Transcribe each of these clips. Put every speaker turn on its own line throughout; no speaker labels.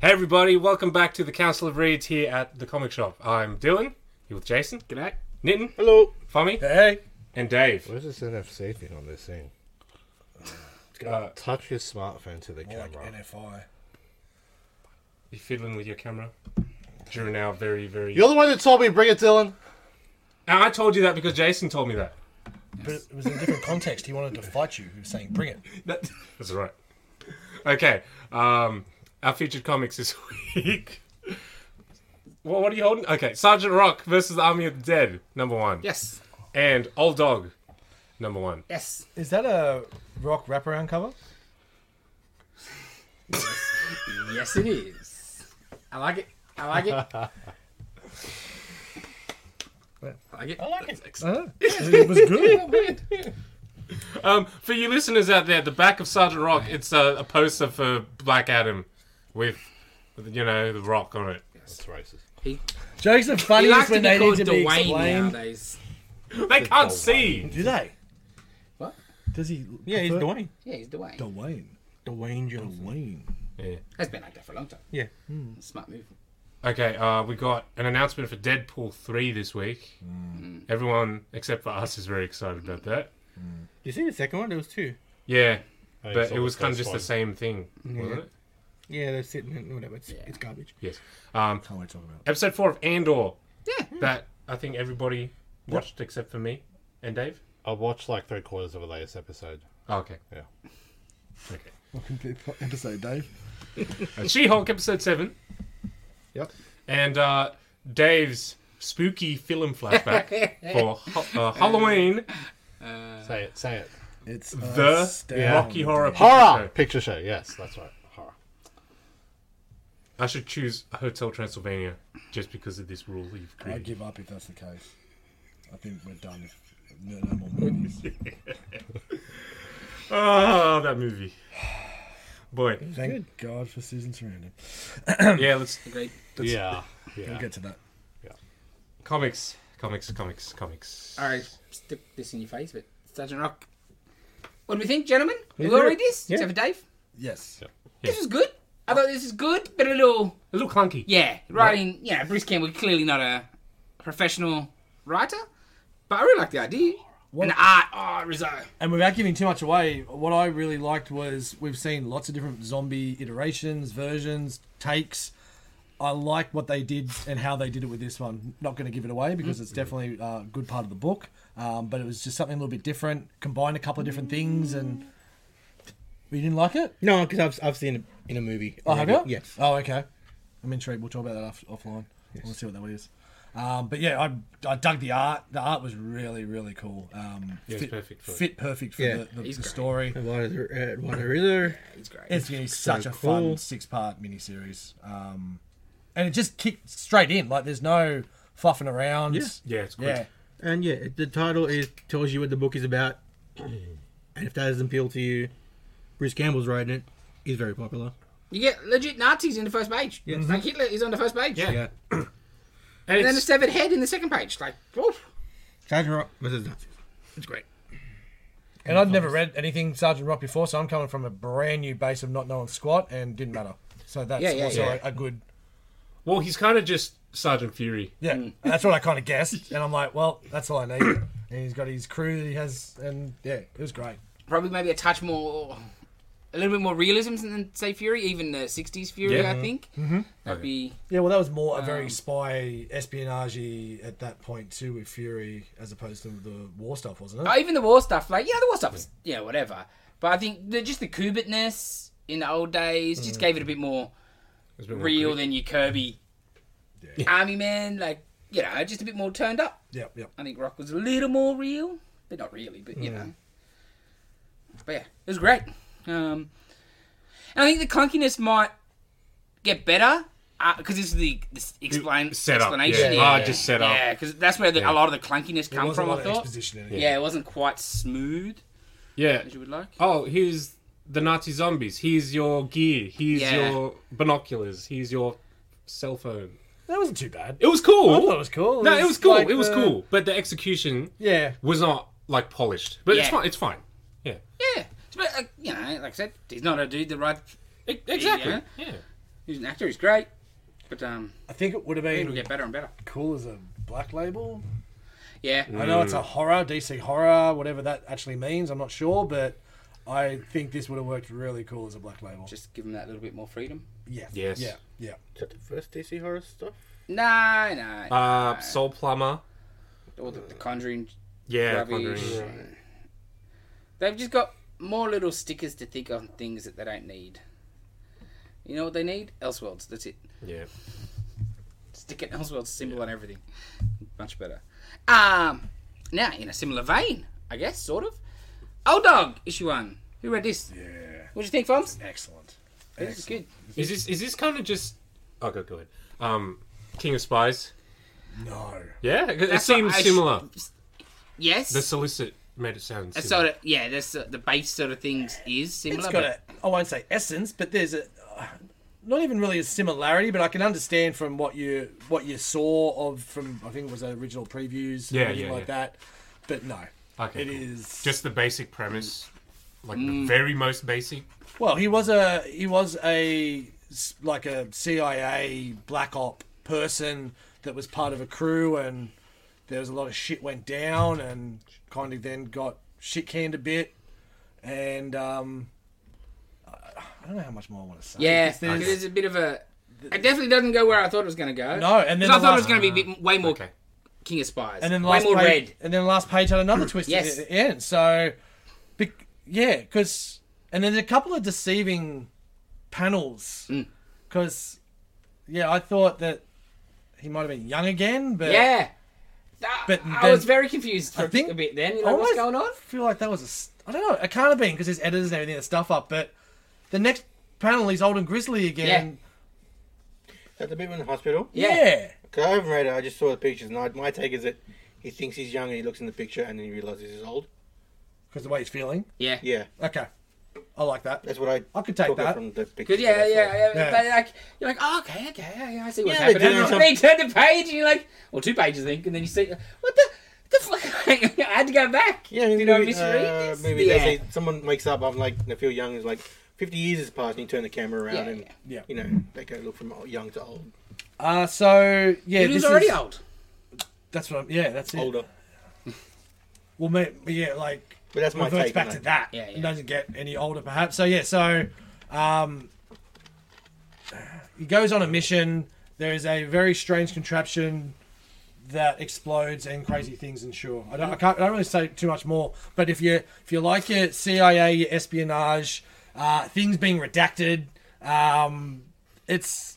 Hey everybody, welcome back to the Council of Reeds here at the comic shop. I'm Dylan, here with Jason,
G'day.
Nitin,
Hello.
Fummy,
Hey.
and Dave.
Where's this NFC thing on this thing?
Uh,
Touch your smartphone to the
Like
camera.
NFI.
you fiddling with your camera during our very, very.
You're the one that told me bring it, Dylan.
And I told you that because Jason told me that.
But it was in a different context. He wanted to fight you. He was saying, bring it.
That- That's right. Okay, um, our featured comics this week. What, what are you holding? Okay, Sergeant Rock versus the Army of the Dead, number one.
Yes.
And Old Dog, number one.
Yes.
Is that a rock wraparound cover?
Yes, it is. I like it. I like it. I like it.
like it.
it was good.
Um, for you listeners out there, the back of Sergeant Rock, it's a, a poster for Black Adam with, with, you know, the rock on it.
That's racist.
Jokes are
He likes
funniest
to
when
be
they need
called
to be
Dwayne
explained.
nowadays.
They can't see.
Do they?
What?
Does he?
Yeah, he's
prefer-
Dwayne.
Yeah, he's Dwayne.
Dwayne.
Dwayne Johnson.
Has been like that for a long time. Hmm.
Yeah.
Smart move.
Okay, uh, we got an announcement for Deadpool 3 this week.
Mm.
Everyone except for us is very excited about that.
You see the second one? There was two.
Yeah,
I
but
saw
it
the
was kind of
first
just
one.
the same thing, wasn't it?
Yeah, they're sitting in whatever. It's, it's garbage.
Yes. Um,
Can't wait to talk about
episode 4 of Andor. Yeah. That I think everybody watched except for me and Dave.
I watched like three quarters of the latest episode.
Oh, okay.
Yeah.
Okay.
it. Episode, Dave.
She Hulk episode seven.
Yep.
And uh, Dave's spooky film flashback for ho- uh, Halloween,
Uh,
say it. Say it.
It's uh,
the Rocky Horror Picture
Horror
Show.
picture show. Yes, that's right. Horror.
I should choose Hotel Transylvania just because of this rule you've
I
created.
give up if that's the case. I think we're done. If, no, no more movies.
Oh, that movie. Boy,
Thank God for Susan Sarandon.
yeah. Let's
Agreed.
Yeah.
We'll
Yeah.
get to that.
comics, comics, comics, comics.
All right, stick this in your face, but Sergeant Rock. What do we think, gentlemen? We
Yeah.
all read this,
Yeah.
except for Dave.
Yes.
This was good. I thought this is good, but a little
A little clunky.
Yeah, writing. Yeah, Bruce Campbell clearly not a professional writer, but I really like the idea. And the art, oh, Rizzo.
And without giving too much away, what I really liked was we've seen lots of different zombie iterations, versions, takes. I like what they did and how they did it with this one. Not going to give it away because
Mm-hmm.
it's definitely uh, a good part of the book. Um, but it was just something a little bit different, combined a couple of different things, and Oh, you didn't like it.
No, because I've, I've seen it in a movie.
Oh, have you?
Yes.
Oh, okay. I'm intrigued. We'll talk about that off- offline. We'll see what that is. Um, but yeah, I, I dug the art. The art was really, really cool. Um,
Yeah, it's
fit,
perfect for it.
fit perfect for
Yeah.
the, the,
He's
the
great.
story.
Water, uh, water Riddler.
He's great.
It's gonna be such a
cool.
fun six part miniseries. Um, and it just kicked straight in. Like there's no fluffing around.
Yeah.
Yeah, it's good.
Yeah.
And yeah, the title is tells you what the book is about. and if that doesn't appeal to you, Bruce Campbell's writing it. He's very popular.
You get legit Nazis in the first page. Like Hitler is on the first page.
Yeah.
Yeah.
And
And then a
it's,
severed head in the second page. Like, oof.
Sergeant Rock versus Nazis. It's great.
And I'd never read anything Sergeant Rock before, so I'm coming from a brand new base of not knowing squat and didn't matter. So that's
Yeah, yeah,
also
yeah.
A, a good
well, he's kind of just Sergeant Fury.
Yeah,
Mm.
that's what I kind of guessed, and I'm like, well, that's all I need. and he's got his crew that he has, and yeah, it was great.
Probably maybe a touch more, a little bit more realism than, say, Fury, even the 60s Fury,
Yeah.
I think. That'd be.
Yeah, well, that was more a very
Um,
spy espionage at that point too with Fury, as opposed to the war stuff, wasn't
Oh,
it?
even the war stuff, like, yeah, the war stuff was, yeah, whatever. But I think the, just the Kubitness in the old days just gave it a bit more
It's been
real
recruited.
than your Kirby army man. Like, you know, just a bit more turned up.
Yeah, yeah.
I think Rock was a little more real, but not really, but you know. But yeah, it was great. Um, and I think the clunkiness might get better because this is the this explain,
set up,
explanation.
yeah. Ah, just set up.
Yeah, because that's where the, a lot of the clunkiness
There
come
was a
from,
lot
I
of
thought.
exposition in it.
Yeah. it wasn't quite smooth
Yeah.
as you would like.
oh, here's the Nazi zombies. Here's your gear. Here's
Yeah.
your binoculars. Here's your cell phone.
That wasn't too bad.
It was cool.
I thought it was cool.
No, it was cool.
like
it was
the-
cool. But the execution
Yeah,
was not like polished. But it's
Yeah.
fine. It's fine. Yeah.
Yeah, but like, you know, like I said, he's not a dude that rides
E- exactly.
Yeah.
Yeah.
He's an actor. He's great. But um,
I think it would have
I think it'll
been
get better and better.
cool as a black label.
Yeah.
I know
Mm.
it's a horror, DC horror, whatever that actually means. I'm not sure, but I think this would have worked really cool as a black label.
Just give him that little bit more freedom.
yeah.
Yes.
Yeah. Yeah.
Is that the first DC horror stuff?
No, no.
Uh, Soul Plumber.
or the, the Conjuring
Yeah,
rubbish.
Conjuring.
They've just got more little stickers to think on things that they don't need. You know what they need? Elseworlds. That's it.
Yeah.
Stick an Elseworlds symbol on everything. Much better. Um, now, in a similar vein, I guess, sort of. Old Dog, issue one. Who read this? Yeah. What do you think, Foms?
Excellent.
This is good.
Is this is this kind of just? Oh, go go ahead. Um, King of Spies.
No.
Yeah, it- it
That's
seems
what I-
similar.
Yes.
The solicit made it sound.
That's
similar.
sort of yeah. That's uh, the base sort of things is similar.
It's
but-
got a, I won't say essence, but there's a, not even really a similarity, but I can understand from what you what you saw of from I think it was the original previews,
Yeah,
everything
yeah,
like
yeah.
that. But no,
Okay,
it
cool.
is
just the basic premise, like the very most basic.
well, he was a he was a s- like a CIA black op person that was part of a crew, and there was a lot of shit went down, and kind of then got shit canned a bit, and um, I I don't know how much more I want to say.
Yeah,
Because
it
there's-
is a bit of a. It definitely doesn't go where I thought it was going to go.
No, and then
'Cause I
the
thought it was
last-
going to be a bit, way more
Okay.
King of Spies,
and then the
way
last
more
page,
red.
and then the last page had another twist
Yes.
at the end. So, be, yeah, because and then there's a couple of deceiving panels
Mm.
because yeah, I thought that he might have been young again, but
Yeah,
But
but I was
then-
very confused for
I think
a bit. Then you
I
know what's
almost
going on?
feel like that was a s- I don't know. It can't have been because there's editors and everything and stuff up. But the next panel, he's old and grizzly again.
Is that the bit in the hospital?
Yeah.
Because I haven't read it, I just saw the pictures, and I, my take is that he thinks he's young and he looks in the picture and then he realizes he's old.
because the way he's feeling.
Yeah,
Yeah,
Okay, I like that.
that's what I.
I could take
took it
that.
from the picture.
Good, yeah,
that's all.
yeah, yeah.
Yeah.
But like, you're like, oh, okay, okay, yeah, I see what's
Yeah, they
happening.
do
And
some-
then you turn the page, and you're like, well, two pages, I think, and then you see, what the, the fuck? I had to go back.
Yeah, I mean,
Did I
maybe,
misread
uh,
this?
maybe
yeah.
they say someone wakes up. I'm like, I feel young. Is like 50 years has passed, and you turn the camera around,
Yeah,
and
yeah.
Yeah.
you know they go look from young to old,
Uh, so yeah,
Dude, he was
this
already
is-
old.
That's what I'm. Yeah, that's it.
older.
Well, mate, yeah, like
But that's my
reverts
take.
back
on
to
it.
that.
Yeah, yeah.
It doesn't get any older, perhaps. So yeah, so um, he goes on a mission. There is a very strange contraption that explodes and crazy things ensue. I don't, I, can't, I don't really say too much more. But if you if you like your CIA, your espionage, uh, things being redacted, um, it's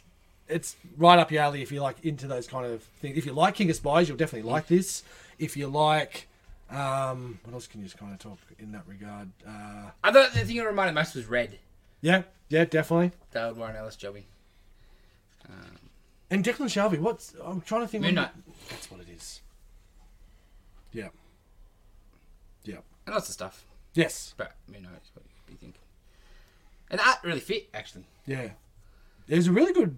it's right up your alley if you like into those kind of things. If you like King of Spies, you'll definitely like this. If you like, um, what else can you just kind of talk in that regard? Uh,
I thought the thing that reminded me most was Red,
yeah, yeah, definitely.
the old Warren Ellis Joey.
And Declan Shelby, what's I'm trying to think.
Moon Knight.
That's what it is. Yeah. Yeah.
And lots of stuff.
Yes.
But you know, it's what you think. And that really fit, actually.
Yeah. It was a really good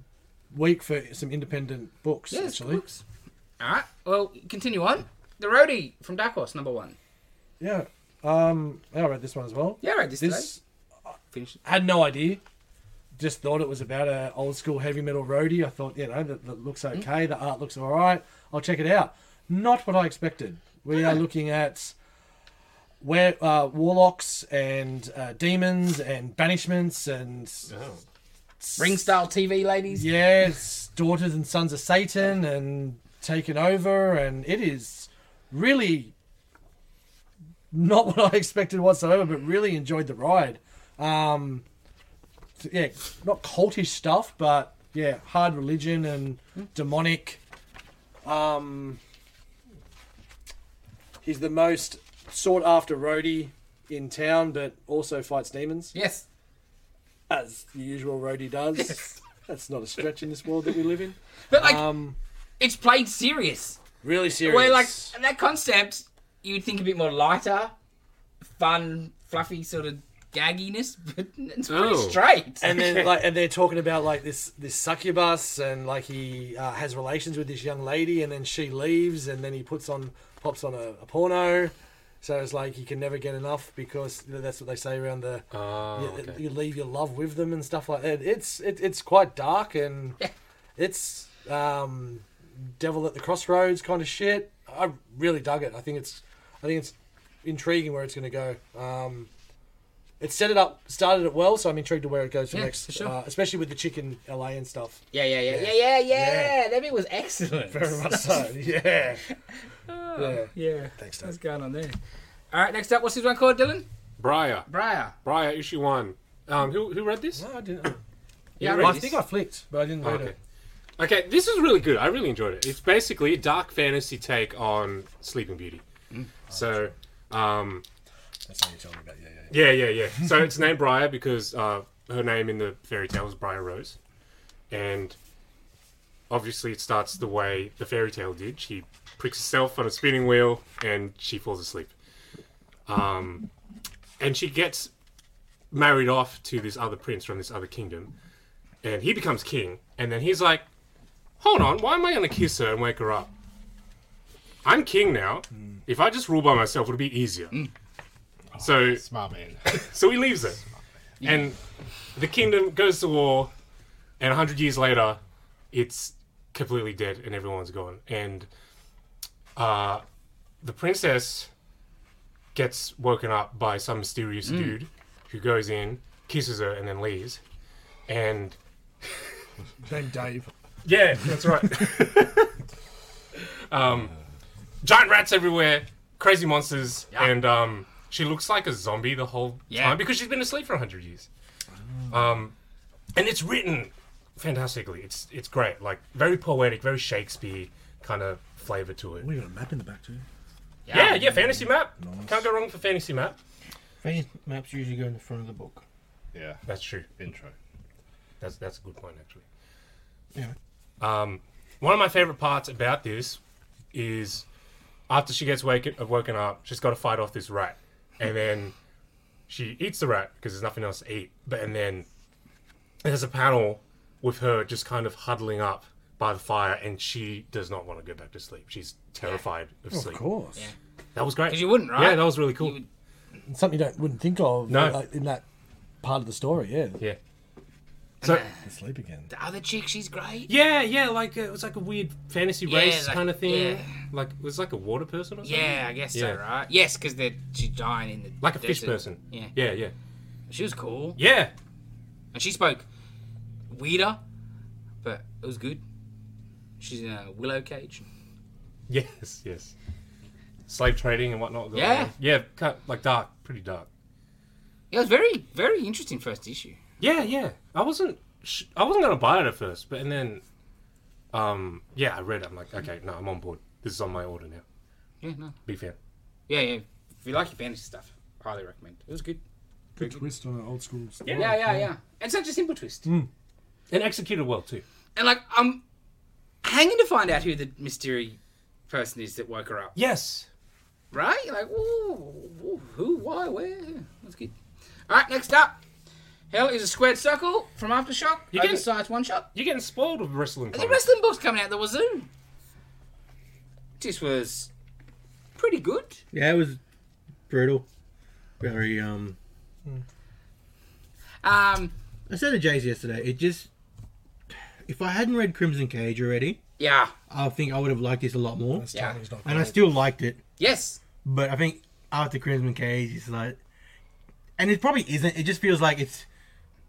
week for some independent books.
Yeah, it's
actually.
good books. All right. Well, continue on. The roadie from Dark Horse, number one.
Yeah. Um, I read this one as well.
Yeah, I read this,
This
Finish. it.
I had no idea. Just thought it was about a old school heavy metal roadie. I thought, you know, that, that looks okay. The art looks all right. I'll check it out. Not what I expected. We are looking at where uh, warlocks and uh, demons and banishments and
Oh.
Ring style TV ladies.
yes, daughters and sons of Satan and taken over. And it is really not what I expected whatsoever, but really enjoyed the ride. Um, so, yeah, not cultish stuff, but yeah, hard religion and demonic. Um, he's the most sought after roadie in town, but also fights demons
Yes.
as the usual roadie does. That's not a stretch in this world that we live in.
But like,
Um,
it's played serious.
really serious.
Where like that concept, you'd think a bit more lighter, fun, fluffy sort of gagginess, but it's pretty
Oh.
straight.
and then like, and they're talking about like this this succubus, and like he uh, has relations with this young lady, and then she leaves, and then he puts on pops on a, a porno. So it's like you can never get enough because you know, that's what they say around the
Oh,
you,
okay.
you leave your love with them and stuff like that. It's it, it's quite dark and
Yeah.
it's um, devil at the crossroads kind of shit. I really dug it. I think it's I think it's intriguing where it's going to go. Um, it set it up, started it well, so I'm intrigued to where it goes from
Yeah,
next,
for sure.
uh, especially with the chicken LA and stuff.
Yeah, yeah, yeah, yeah,
Yeah.
yeah, yeah.
Yeah.
That bit was excellent.
Very much so. Yeah. yeah.
Yeah.
Thanks, Dave.
What's going on there? All right, next up, what's this one called, Dylan?
Briar.
Briar.
Briar issue one. Um, who who read this?
No, I didn't.
Yeah, I
I
read
think
this.
I flicked, but I
Oh,
didn't read
Okay.
it.
Okay, this is really good. I really enjoyed it. It's basically a dark fantasy take on Sleeping Beauty. So, um,
That's how you tell me about. Yeah, yeah, yeah.
yeah, yeah, yeah. So it's named Briar because uh, her name in the fairy tale is Briar Rose, and obviously it starts the way the fairy tale did. She pricks herself on a spinning wheel and she falls asleep. Um, and she gets married off to this other prince from this other kingdom, and he becomes king. And then he's like, "Hold on, why am I gonna kiss her and wake her up? I'm king now. If I just rule by myself, it'll be easier." So
Smart man.
so he leaves it. And the kingdom goes to war, and 100 years later, it's completely dead and everyone's gone. And uh, the princess gets woken up by some mysterious
Mm.
dude who goes in, kisses her, and then leaves. And
Named Dave.
yeah, that's right. um, giant rats everywhere, crazy monsters,
Yeah.
and um, she looks like a zombie the whole
Yeah. Oh.
time because she's been asleep for hundred years. Um, and it's written fantastically. It's it's great, like very poetic, very Shakespeare kind of flavor to it.
We got a map in the back too.
Yeah, yeah, fantasy map. Can't go wrong for fantasy map.
Fantasy maps usually go in the front of the book.
Yeah.
That's true.
Intro.
That's that's a good point actually.
Yeah.
Um, one of my favorite parts about this is after she gets waken, uh, woken up, she's got to fight off this rat, and then she eats the rat because there's nothing else to eat. But and then there's a panel with her just kind of huddling up by the fire, and she does not want to go back to sleep. She's terrified of
Of
sleep.
course.
Yeah.
That was great.
'Cause you wouldn't, right?
Yeah, that was really cool.
You would-
It's something you don't, wouldn't think of
No.
like, in that part of the story, yeah.
Yeah. So
To sleep again.
the other chick, she's great.
yeah, yeah, like uh, it was like a weird fantasy
Yeah,
race
like-
kind of thing.
yeah.
Like it was like a water person or something.
Yeah, I guess
Yeah.
so, right? Yes, because they're she's dying in the
Like a fish
desert.
person.
Yeah.
Yeah, yeah.
She was cool,
Yeah.
and she spoke weirder, but it was good. She's in a willow cage.
Yes, yes. Slave trading and whatnot. going
Yeah.
on. Yeah, kind like dark, pretty dark.
Yeah, it was very, very interesting first issue.
Yeah, yeah. I wasn't sh- I wasn't going to buy it at first, but and then um yeah, I read it. I'm like, okay, no, I'm on board. This is on my order now.
Yeah, no,
Big fan.
yeah, yeah. If you like your fantasy stuff, highly recommend. It was good.
Good twist on an old school story.
Yeah, yeah, yeah. And such a simple twist.
And executed well too.
And like, I'm hanging to find out who the mystery person is that woke her up.
Yes.
Right? You're like, ooh, ooh, who, why, where? That's good. All right, next up. Hell is a squared circle from Aftershock.
You get it.
Oversized one shot.
You're getting spoiled with wrestling.
The
comics.
wrestling book's coming out the wazoo. This was pretty good.
Yeah, it was brutal. Very um.
Um,
I said to Jay's yesterday. It just if I hadn't read Crimson Cage already,
yeah.
I think I would have liked this a lot more.
That's
Yeah.
Tony's not
And I
good.
still liked it,
Yes.
but I think after Crimson Cage, it's like, and it probably isn't. It just feels like it's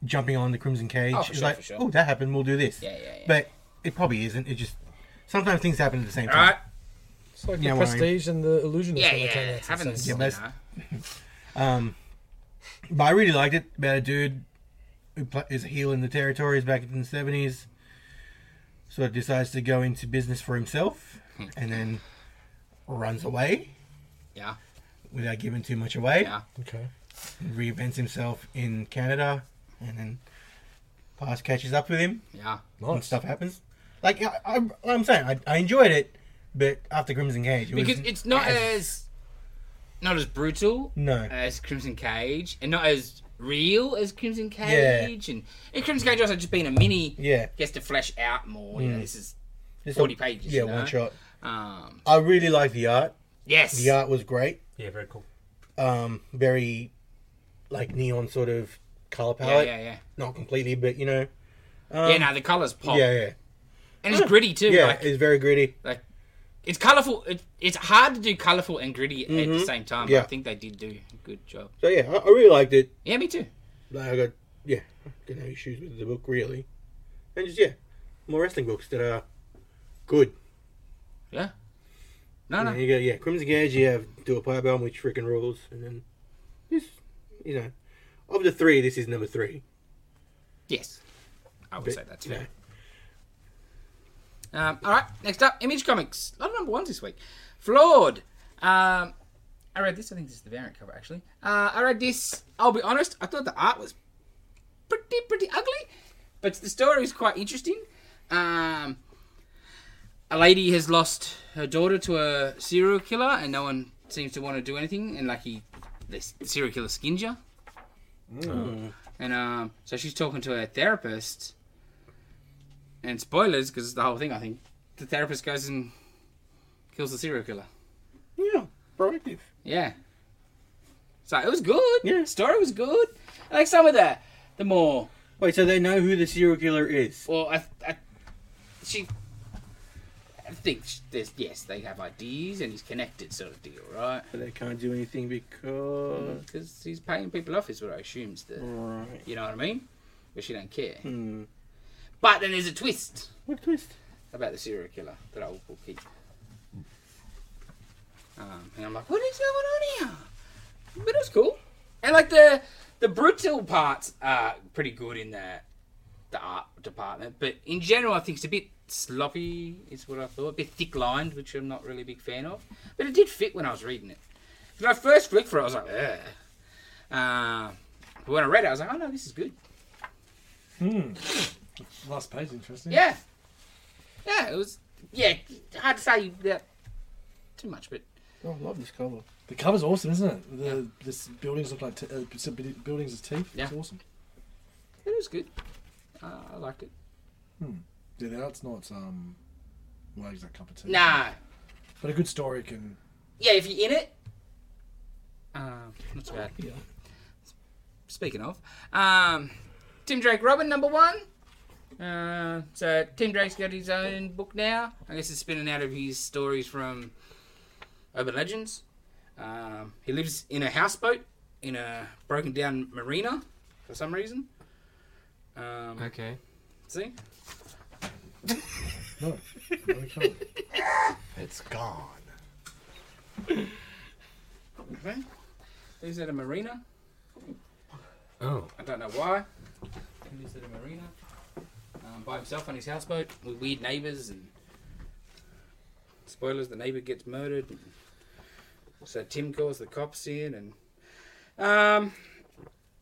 jumping on the Crimson Cage.
Oh, for
it's
sure,
like,
for sure.
oh, that happened. We'll do this.
Yeah, yeah, yeah.
But it probably isn't. It just sometimes things happen at the same
All
time.
right.
It's like
Yeah,
the
well, I-
Prestige and the Illusionist.
Yeah,
when they
yeah.
came out at the
Haven't
same
Yeah,
time.
that's-
no.
Um, but I really liked it about a dude who pl- is a heel in the territories back in the seventies. Sort of decides to go into business for himself,
Hmm.
and then runs away
Yeah,
without giving too much away.
yeah.
Okay.
Reinvents himself in Canada, and then past catches up with him,
Yeah.
and
Nice.
stuff happens. Like I, I, I'm saying, I, I enjoyed it, but after Crimson Cage, it
Because
was
it's not uh, as not as brutal
no,
as Crimson Cage, and not as real as Crimson Cage, and, and Crimson Cage also just being a mini
yeah, Mm.
gets to flesh out more. You know, this is
just a-
40 pages,
Yeah,
you know?
one shot.
um
I really like the art.
yes,
The art was great.
Yeah, very cool.
um, very like neon sort of color
Yeah,
palette.
yeah, yeah.
Not completely, but you know.
yeah, no, the colours pop.
Um, Yeah, yeah,
And it's gritty too.
yeah.
Like,
it's very gritty.
like it's colourful. It, it's hard to do colourful and gritty at the same time. but
Mm-hmm. Yeah.
I think they did do a good job.
So yeah, I, I really liked it.
Yeah, me too.
Like, I got yeah, got no issues with the book really, and just yeah, more wrestling books that are good.
Yeah. No,
You,
no.
know, you go yeah, Crimson Gauge. You have Dual Pirebomb, which freaking rules, and then this, you know, of the three, this is number three.
Yes. I would
But,
say that's
you know,
fair. Um, all right, next up, Image Comics. A lot of number ones this week. Flawed. Um, I read this. I think this is the variant cover, actually. Uh, I read this. I'll be honest. I thought the art was pretty, pretty ugly, but the story is quite interesting. Um, a lady has lost her daughter to a serial killer, and no one seems to want to do anything. And like he, this serial killer skins you. And um, so she's talking to her therapist. And spoilers, because it's the whole thing, I think. The therapist goes and kills the serial killer.
Yeah, proactive.
Yeah. So it was good.
Yeah.
Story was good. I like some of the the more
Wait, so they know who the serial killer is?
well, I, I she I think sh- there's yes they have ideas and he's connected sort of deal, right?
But they can't do anything because.
Because he's paying people off is what I assume's the
Right.
you know what I mean. But she don't care.
Mm. Hmm.
But then there's a twist
What a twist?
about the serial killer that I will will keep. Um, and I'm like, what is going on here? But it was cool. And like the the brutal parts are pretty good in the the art department, but in general, I think it's a bit sloppy. Is what I thought, a bit thick lined, which I'm not really a big fan of. But it did fit when I was reading it. When I first flicked for it, I was like, Ugh. Uh, but when I read it, I was like, oh no, this is good.
Last page, interesting.
Yeah. Yeah, it was. Yeah, hard to say that too much, but
Oh, I love this cover. The cover's awesome, isn't it? The this buildings look like t- uh, some bu- buildings as teeth.
Yeah.
It's awesome.
it was good. Uh, I liked it.
Yeah, the art's not um, well, that cup of tea.
Nah.
But a good story can.
Yeah, if you're in it. Um, not too bad. Yeah. Speaking of, um, Tim Drake Robin, number one. Uh, so Tim Drake's got his own book now. I guess it's spinning out of his stories from Urban Legends. Um, he lives in a houseboat in a broken down marina for some reason. Um,
Okay.
See?
No. no cover.
It's gone.
Okay. He's at a marina.
Oh.
I don't know why. He's at a marina. Um, by himself on his houseboat with weird neighbours and spoilers, the neighbour gets murdered. So Tim calls the cops in and um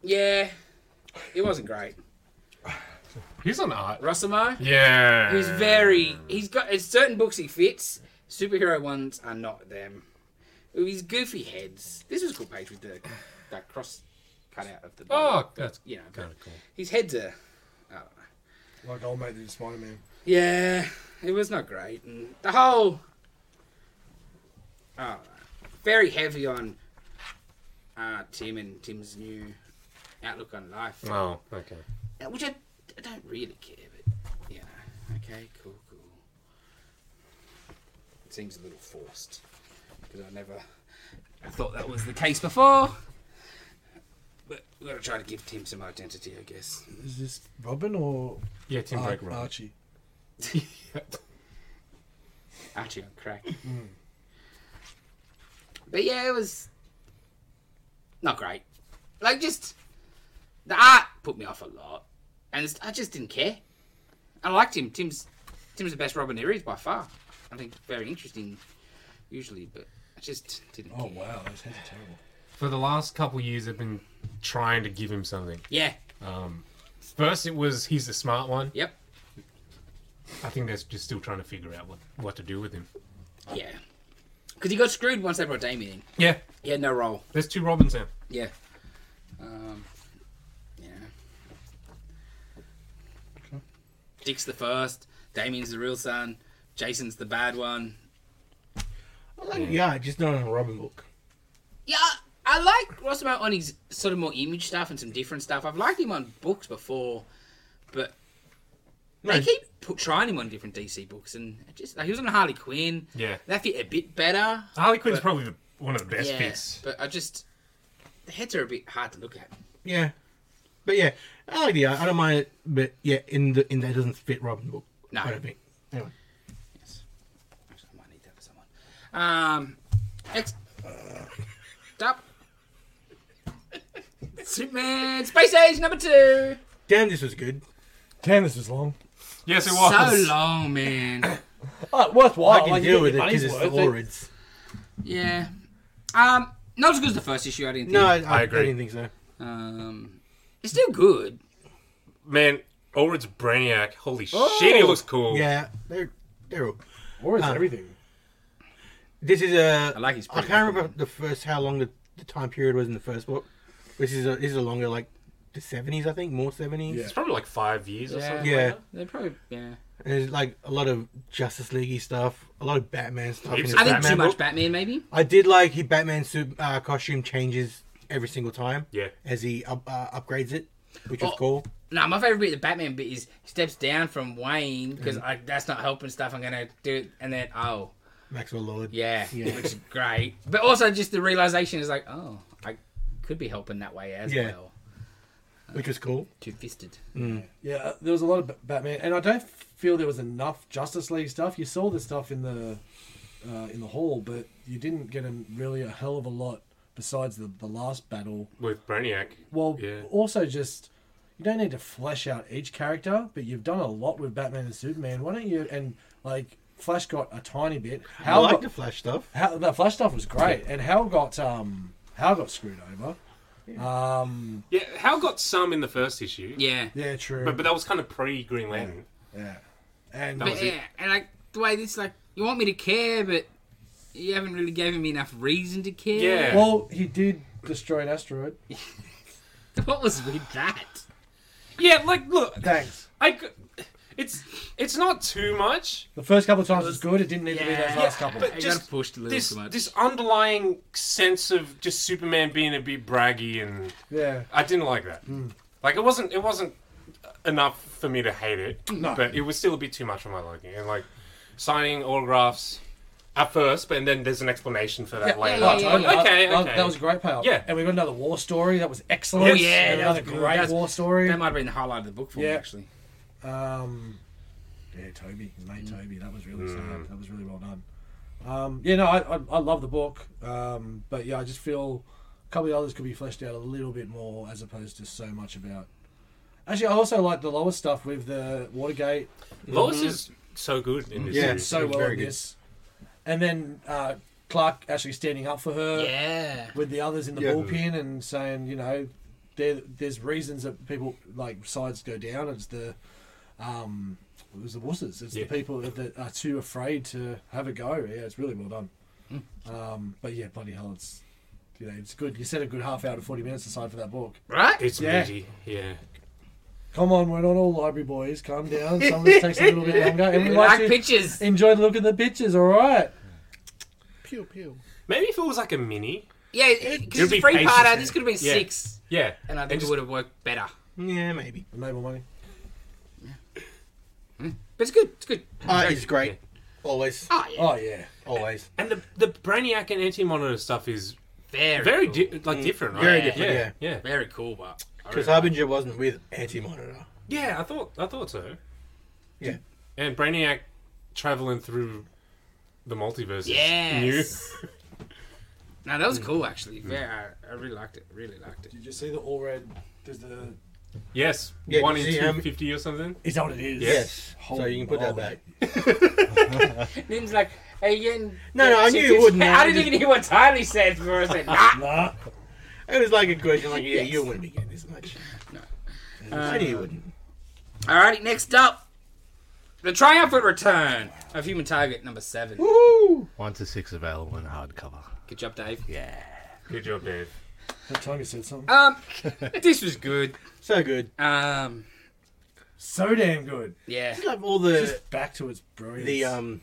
yeah. It wasn't great.
He's on art.
Rossimo?
Yeah.
He's very. He's got. It's certain books he fits. Superhero ones are not them. With his goofy heads. This was a cool page with the that cross cut out of the.
Oh, that's
you know.
kind
But
of cool.
his heads are. I don't know.
like old mate that did Spider Man.
Yeah, it was not great. And the whole. I don't know. very heavy on. Uh, Tim and Tim's new outlook on life.
Oh, okay.
Uh, which I, I don't really care, but you know, okay, cool, cool. It seems a little forced because I never I thought that was the case before. But we're gonna try to give Tim some identity, I guess.
Is this Robin or
Yeah, Tim
Ar-
Drake Robin.
Archie?
Actually, on crack. But yeah, it was not great. Like, just the art put me off a lot, and it's, I just didn't care. I liked him. Tim's Tim's the best Robin there is by far. I think very interesting, usually, but I just didn't.
Oh
care.
wow, those heads are terrible.
For the last couple years, I've been trying to give him something.
Yeah.
First, it was he's the smart one.
Yep.
I think they're just still trying to figure out what, what to do with him.
Yeah. Because he got screwed once they brought Damien in.
Yeah,
He had no role.
there's two Robins now.
Yeah. Um, yeah. Dick's the first. Damien's the real son. Jason's the bad one.
I like the art, just not on a Robin book.
I like Rossimo on his sort of more image stuff and some different stuff. I've liked him on books before, but they
No.
keep put, trying him on different DC books, and it just like, he was on Harley Quinn.
Yeah.
that fit a bit better.
Harley Quinn's
But-
probably the, one of the best
yeah,
fits.
but I just the heads are a bit hard to look at.
Yeah, but yeah, I like the art. I don't mind it, but yeah, in the in that it doesn't fit Robin book.
No.
I don't think. Anyway,
Actually, I might need that for someone. Um, next up, Superman Space Age number two.
damn, this was good.
Damn, this was long.
Yes, it was.
So long, man.
Oh, worthwhile.
I can
like, you
deal
get
with it
your
because
money's
it's
worth
the Allreds.
yeah. Um, not as good as the first issue. I didn't.
No,
Think.
I, I,
I agree.
didn't think so.
Um, it's still good.
Man, Ulrid's Brainiac. Holy shit, he looks cool.
Yeah, they're they're all.
Or is
Ah.
everything?
This is a.
I like his
I can't remember the first how long the, the time period was in the first book. This is a this is a longer like the seventies, I think, more seventies.
Yeah.
It's probably like five years or something.
Yeah.
They're probably yeah.
And there's like a lot of Justice Leaguey stuff, a lot of Batman stuff.
Heaps
in
of
I
the
think
Batman
too much
book?
Batman maybe.
I did like his Batman suit uh, costume changes every single time.
Yeah.
as he up, uh, upgrades it, which was
Oh.
cool.
No, my favorite bit of the Batman bit is he steps down from Wayne because
Mm.
that's not helping stuff. I'm gonna do it, and then oh
Maxwell Lord.
yeah,
Yeah.
which is great. But also just the realization is like oh I could be helping that way as
Yeah.
well.
which was cool.
Two fisted.
Yeah, uh, there was a lot of Ba- Batman, and I don't feel there was enough Justice League stuff. You saw the stuff in the uh, in the hall, but you didn't get him really a hell of a lot besides the, the last battle.
With Brainiac.
Well,
Yeah.
also just you don't need to flesh out each character, but you've done a lot with Batman and Superman. Why don't you and like Flash got a tiny bit.
I
Hal
like
got,
the Flash stuff.
Hal, that Flash stuff was great, and Hal got um Hal got screwed over. Um,
Yeah, Hal got some in the first issue.
Yeah.
yeah, true.
But, but that was kind of pre Green Lantern.
yeah, and
That was
But
it.
yeah, and like the way this like you want me to care, but you haven't really given me enough reason to care.
Yeah.
well, he did destroy an asteroid.
What was with that?
Yeah, like, look,
Thanks.
I c It's, it's not too much.
The first couple of times was good. It didn't need to be those
Yeah.
last couple.
But
I
just
got pushed a little
this,
too much.
this underlying sense of just Superman being a bit braggy and
Yeah.
I didn't like that.
Hmm.
Like it wasn't it wasn't enough for me to hate it,
No.
but it was still a bit too much for my liking. And like signing autographs at first, but and then there's an explanation for that
Yeah,
later.
yeah,
Oh,
yeah,
totally.
yeah. Okay,
that,
okay.
That was a great payoff.
Yeah.
And we got another war story. That was excellent.
Oh, yeah,
And
that was
another
good.
great
That was-
war story.
That might have been the highlight of the book for me
Yeah.
actually.
Um, yeah, Toby, his
Mm.
mate Toby. That was
Mm.
really sad. That was really well done. Um, yeah, no, I, I, I love the book, um, but yeah, I just feel a couple of the others could be fleshed out a little bit more as opposed to so much about. Actually, I also like the lower stuff with the Watergate.
Lois
Mm-hmm.
is so good in this.
Yeah.
series.
so
It was
well
very
in
good.
this, and then uh, Clark actually standing up for her.
Yeah.
with the others in the
Yeah.
bullpen and saying, you know, there there's reasons that people like sides go down. It's the um, it was the wusses. It's
Yeah.
the people that, that are too afraid to have a go. Yeah, it's really well done. Um, but yeah, bloody hell, it's you know, it's good. You set a good half hour to forty minutes aside for that book.
Right?
It's
Yeah.
meaty. Yeah.
Come on, we're not all library boys. Calm down. Some of this takes a little bit longer, and we
We
like
like
to
pictures.
enjoy the look of the pictures. All right.
Pew pew.
Maybe if it was like a mini.
Yeah, because
It'd
it's
be
a free
pages
parter.
then.
This could have been
Yeah.
six,
Yeah.
and I think it
just-
would have worked better.
Yeah, maybe.
And no more money.
But it's good. It's good.
Uh, it's great. Always,
Oh, yeah.
Oh yeah.
always.
And the the Brainiac and Anti Monitor stuff is
Very,
very
cool.
di- like different, right?
Very
yeah.
different,
Yeah. yeah.
Very cool, but. I
Because
really-
Harbinger wasn't with Anti Monitor.
Yeah, I thought I thought so.
Yeah.
And Brainiac traveling through the multiverse is new.
Yes. no, that was cool, actually. Yeah, I, I really liked it. Really liked it.
Did you see the all red? There's the.
Yes,
Yeah,
one
you
in
see
two
how m-
fifty or something.
Is that what it is?
Yes. so you can put that
Holy
back.
Nim's like, hey, you getting-
No, no, I knew you wouldn't.
I
I
didn't
just-
even hear what time he said before I said, nah.
Nah.
It was like a question, like,
Yes.
yeah,
Uh,
you wouldn't be getting this much. No. I knew you wouldn't.
Alrighty, next up. The triumphant return of Human Target number seven.
One to six available in hardcover.
Good job, Dave.
Good job, Dave.
That tiger said something.
Um, this was good.
So good.
Um,
so damn good.
yeah.
I love all the
Just back to its brilliance.
the um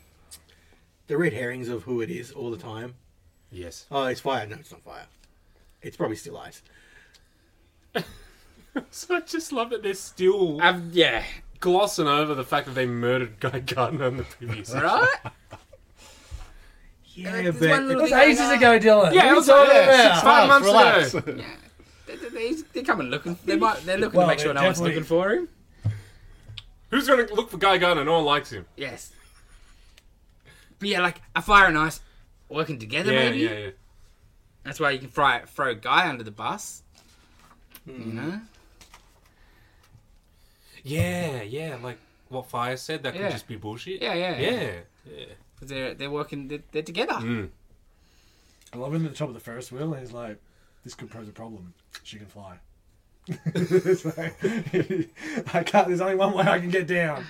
the red herrings of who it is all the time.
Yes,
Oh, it's fire. No, it's not fire. It's probably still ice.
So I just love that they're still
Um, yeah.
glossing over the fact that they murdered Guy Gardner in the previous.
Right?
Yeah,
there's
but
one
it-
little
It was
thing I
ages
know.
ago, Dylan.
Yeah,
What are
it
you
was
talking
yeah,
about?
six, five months
relax.
ago.
They, they, they come and look. and- They might. They're looking
Well,
to make sure
they
no one's
definitely-
looking for him.
Who's gonna look for Guy Gardner? No one likes him.
Yes. But yeah, like a fire and ice working together.
Yeah,
maybe
yeah, yeah.
that's why you can fry, throw a guy under the bus.
Hmm.
You know.
Yeah, yeah, like what Fire said, that
Yeah.
could just be bullshit.
Yeah, yeah,
Yeah. yeah.
'Cause they're they're working. They're, they're together.
I love him at the top of the Ferris wheel, and he's like, "This could pose a problem. She can fly." It's like, I can't. There's only one way I can get down.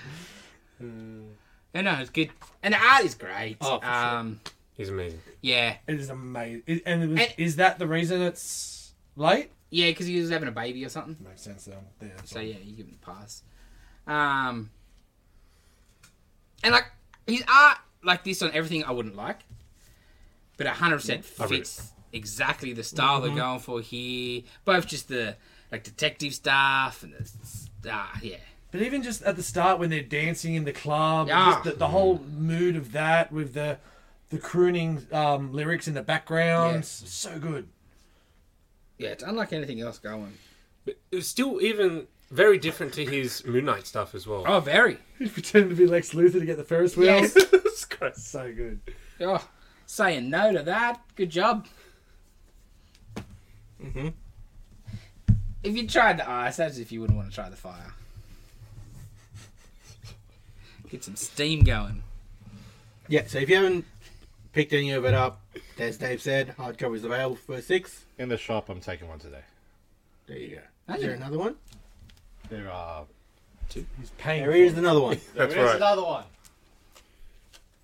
No, no, it's good. And the art is great.
Oh, for sure.
um,
He's amazing.
Yeah.
It is amazing. It- and it was-
And-
is that the reason it's late?
Yeah, because he was having a baby or something.
Makes sense though. Yeah, it's
So
all-
yeah, you give him the pass. Um, and like his art, like this on everything, I wouldn't like, but hundred percent
I read
fits exactly the style
Mm-hmm.
they're going for here. Both just the like detective stuff and the ah yeah.
But even just at the start when they're dancing in the club,
Yeah.
just the, the whole mood of that with the the crooning um, lyrics in the background,
Yeah.
so good.
Yeah, it's unlike anything else going.
But it was still even very different to his Moon Knight stuff as well.
Oh, very.
He pretended to be Lex Luthor to get the Ferris wheel.
Yes.
It's great.
So good.
oh, saying no to that. Good job.
Mhm.
If you tried the ice, that's if you wouldn't want to try the fire. Get some steam going.
yeah, so if you haven't picked any of it up, as Dave said, hardcover is available for six.
In the shop, I'm taking one today.
There you go.
Hey.
Is there another one?
There are.
He's paying.
There
for it.
is another one.
That's
There is
right.
another one.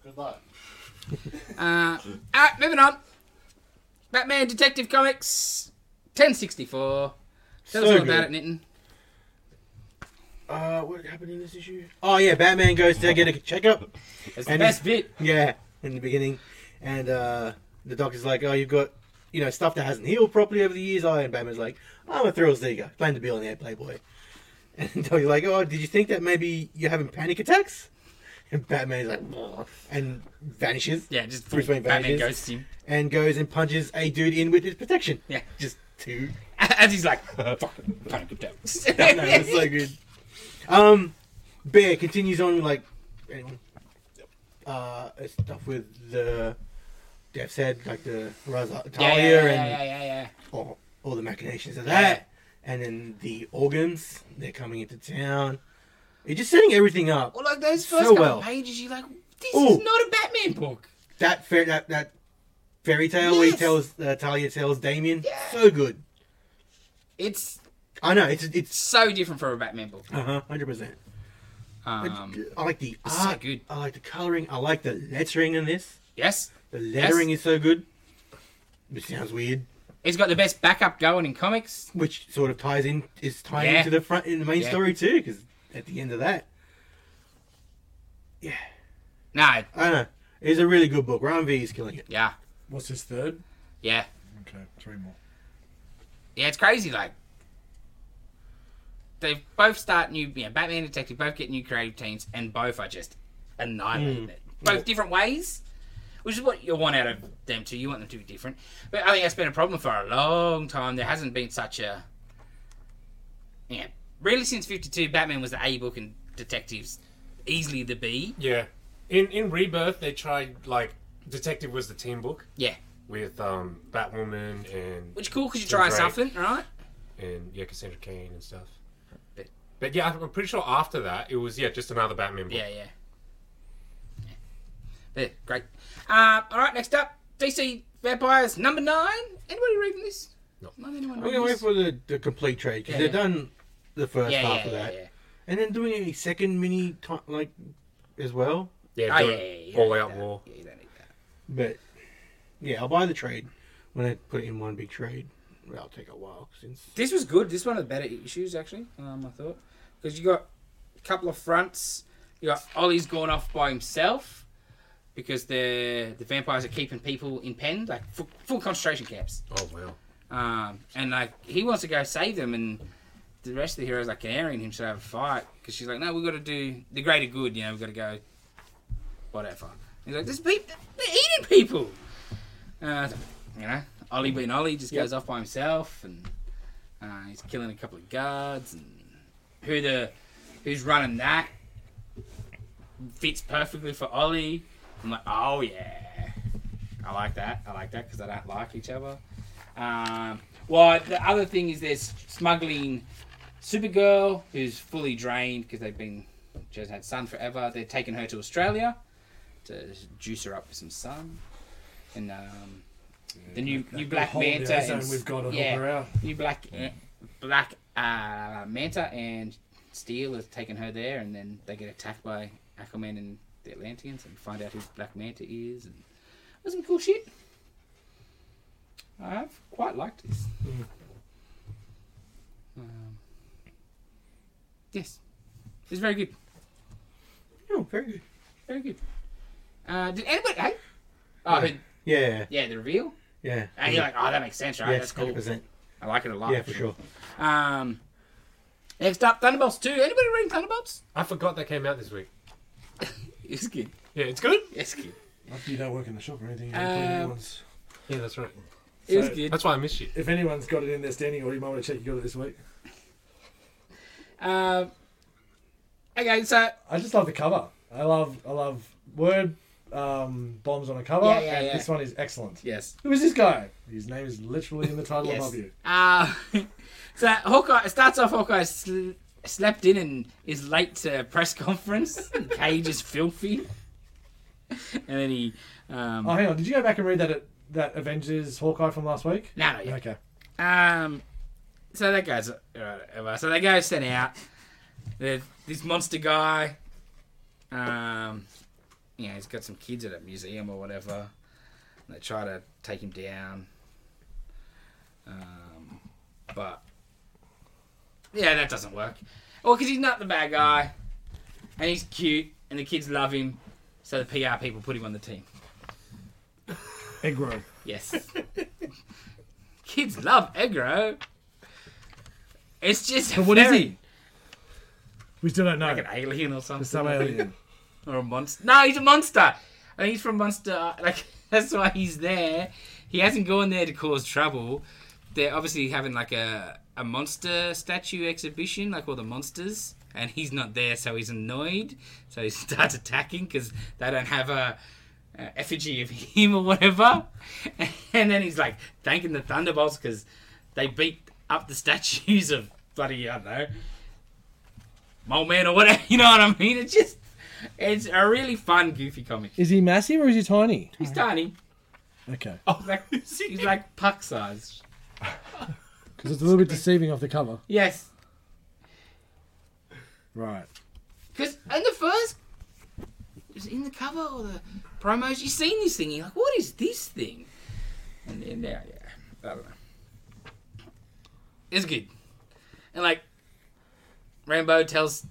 Good luck.
Uh, all right, moving on. Batman Detective Comics 1064. Tell us
So
all about it,
good.
Nitin.
Uh, what happened in this issue? Oh yeah, Batman goes to get a checkup.
It's the
And
best bit.
Yeah, in the beginning, and uh, the doctor's like, "Oh, you've got, you know, stuff that hasn't healed properly over the years." Oh, and Batman's like, "I'm a thrill seeker. Plan to be on the air, Playboy." And the doctor's like, "Oh, did you think that maybe you're having panic attacks?" And Batman's like, "Oh," and vanishes.
Yeah, just
Bruce Wayne
Batman
vanishes.
ghosts him.
and goes and punches a dude in with his protection.
Yeah.
Just two.
As he's like, fucking panic attacks.
No, it's so good. Um, Bear continues on like anyone. Uh, it's stuff with the Death's Head, like the Raza
yeah, yeah,
Talia
yeah,
and
yeah, yeah, yeah.
All, all the machinations of
Yeah.
that, and then the organs. They're coming into town. It's just setting everything up.
Well, like those
So
first couple
well.
pages, you're like, this is
Ooh.
not a Batman book.
That fair, that that fairy tale where he
Yes.
tells uh, Talia tells Damien,
Yeah.
so good.
It's
I know it's it's
so different from a Batman book.
uh huh hundred percent.
Um,
I like the
It's so
art.
good.
I like the coloring. I like the lettering in this.
yes,
The lettering is so good. Which sounds weird.
it's got the best backup going in comics.
Which sort of ties in is tying
Yeah.
into the front in the main
Yeah.
story too. Because at the end of that, yeah,
No,
I don't know. It's a really good book. Ron V is killing it.
yeah,
What's his third?
yeah,
Okay, three more.
yeah. It's crazy. Like they both start new. You know, Batman and Detective both get new creative teams, and both are just annihilating it. Both different ways, which is what you want out of them too. You want them to be different. But I think that's been a problem for a long time. There hasn't been such a yeah. Really, since '52, Batman was the A book and Detectives easily the B.
Yeah. In in Rebirth they tried like Detective was the team book
Yeah,
with um Batwoman and
which is cool because you try
Great.
something, right?
and yeah, Cassandra Cain and stuff.
But-
But yeah, I'm pretty sure after that it was yeah, just another Batman book.
Yeah, yeah. Yeah, great. Um, all right, next up, DC Vampires number nine. Anybody reading this?
No.
Not anyone
I'm
reading
gonna wait
this?
for the, the complete trade because
Yeah,
they've
yeah.
done the first
Yeah,
half
yeah,
of
yeah,
that,
yeah.
and then doing a second mini ti like as well.
Yeah,
Oh, yeah,
doing
yeah, yeah, you
all
don't
out
need that.
war.
Yeah, you don't need that.
But yeah, I'll buy the trade when I put it in one big trade. That'll take a while since
This was good. This is one of the better issues, actually. Um, I thought because you got a couple of fronts. You got Ollie's gone off by himself because the the vampires are keeping people in pen, like full, full concentration camps.
Oh wow.
Um, and like he wants to go save them, and the rest of the heroes like airing him to have a fight because she's like, no, we've got to do the greater good. You know, we've got to go whatever. He's like, there's people, they're eating people. Uh, so, you know, Ollie being Ollie just goes off by himself, and uh, he's killing a couple of guards, and who the who's running that fits perfectly for Ollie. I'm like, oh yeah, I like that. I like that because they don't like each other. Um, well, the other thing is they're s- smuggling Supergirl, who's fully drained because they've been she hasn't had sun forever. They're taking her to Australia to juice her up with some sun, and um, the new new Black
whole
Manta
ozone
and s-
we've got to
yeah,
help her out.
New Black eh, Black uh, Manta and Steel has taken her there, and then they get attacked by Aquaman and the Atlanteans, and find out who Black Manta is, and it was some cool shit. I've quite liked this.
Hmm.
Um, yes, it's very good.
Oh, very good.
Very good. Uh, did anybody? Hey? Oh, yeah.
Yeah,
yeah, the reveal.
yeah.
And you're like, oh, that makes sense, right?
yes,
That's cool.
100%.
I like it a lot.
Yeah, for sure.
Um, next up, Thunderbolts 2. Anybody reading Thunderbolts?
I forgot that came out this week.
It's good.
Yeah, it's good.
It's good.
After you don't work in the shop or anything, you
can play new Um,
ones.
Yeah, that's right.
It was
So-
good.
That's why I missed you.
If anyone's got it in their standing order, you might want to check you got it this week.
Um, okay, so
I just love the cover. I love I love word um, bombs on a cover.
Yeah, yeah,
and
yeah.
This one is excellent.
yes,
Who is this guy? His name is literally in the title
yes.
above you.
Uh, so Hawkeye it starts off. Hawkeye sl- slept in and is late to a press conference. Cage is filthy, and then he. Um,
Oh, hang on. Did you go back and read that that Avengers Hawkeye from last week?
no, no, yeah.
Okay.
Um, so that guy's uh, so that guy's sent out. There's this monster guy. Um, you know, he's got some kids at a museum or whatever. And they try to take him down. Um, but yeah, that doesn't work. Well, because he's not the bad guy, and he's cute, and the kids love him. So the PR people put him on the team.
Egg roll.
Yes. Kids love aggro. It's just
But what is
very-
he? We still don't know.
Like an alien or something.
There's some alien.
Or a monster. No, he's a monster. I think he's from Monster. Like that's why he's there. He hasn't gone there to cause trouble. They're obviously having like a a monster statue exhibition, like all the monsters, and he's not there, so he's annoyed. So he starts attacking because they don't have a, a effigy of him or whatever. And then he's like thanking the Thunderbolts because they beat up the statues of bloody I don't know, Mole Man or whatever. You know what I mean? It's just it's a really fun, goofy comic.
Is he massive or is he tiny?
He's tiny.
Okay.
He's like, he's like puck sized.
Because it's a little bit deceiving off the cover.
Yes.
Right.
Because in the first, was it in the cover or the promos, you've seen this thing. You're like, what is this thing? And then now, yeah, I don't know. It's good. And like, Rambo tells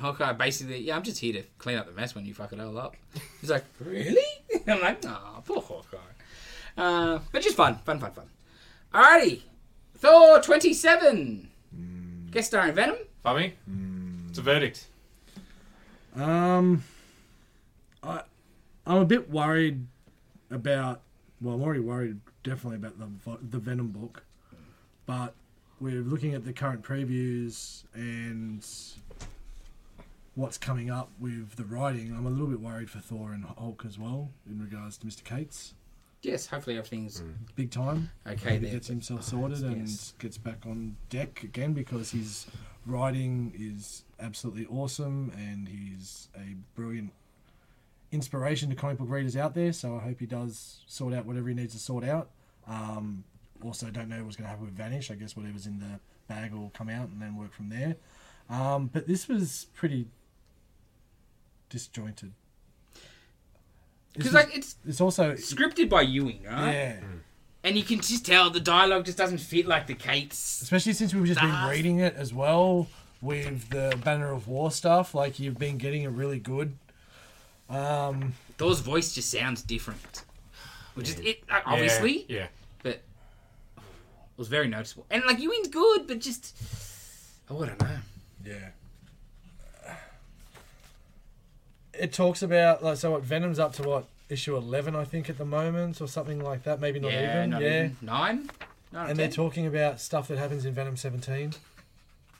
Hawkeye basically, yeah, I'm just here to clean up the mess when you fuck it all up. He's like, really? I'm like, nah, poor Hawkeye. Uh, but just fun, fun, fun, fun. Alrighty, Thor 27, guest starring Venom.
Bummy? It's a verdict.
Um, I I'm a bit worried about. Well, I'm already worried definitely about the Vo- the Venom book, but we're looking at the current previews and what's coming up with the writing. I'm a little bit worried for Thor and Hulk as well in regards to Mr. Cates,
Yes, hopefully everything's
big time.
Okay,
he
there.
gets himself sorted and
Yes.
gets back on deck again because his writing is absolutely awesome and he's a brilliant inspiration to comic book readers out there. So I hope he does sort out whatever he needs to sort out. Um, also, don't know what's going to happen with Vanish. I guess whatever's in the bag will come out and then work from there. Um, but this was pretty disjointed.
Because
This is-
like it's
it's also
scripted by Ewing, right?
yeah.
And you can just tell the dialogue just doesn't fit like the Kate's.
especially since we've just
Stuff.
been reading it as well with the banner of war stuff like you've been getting a really good um
Thor's voice just sounds different, which is it like, obviously.
Yeah.
But uh, It was very noticeable. And like Ewing's good, but just oh, I don't know.
Yeah.
It talks about like so what Venom's up to what issue eleven I think at the moment or something like that. Maybe not
yeah,
even.
not
yeah.
even nine. Nine or
And they're
ten.
talking about stuff that happens in Venom seventeen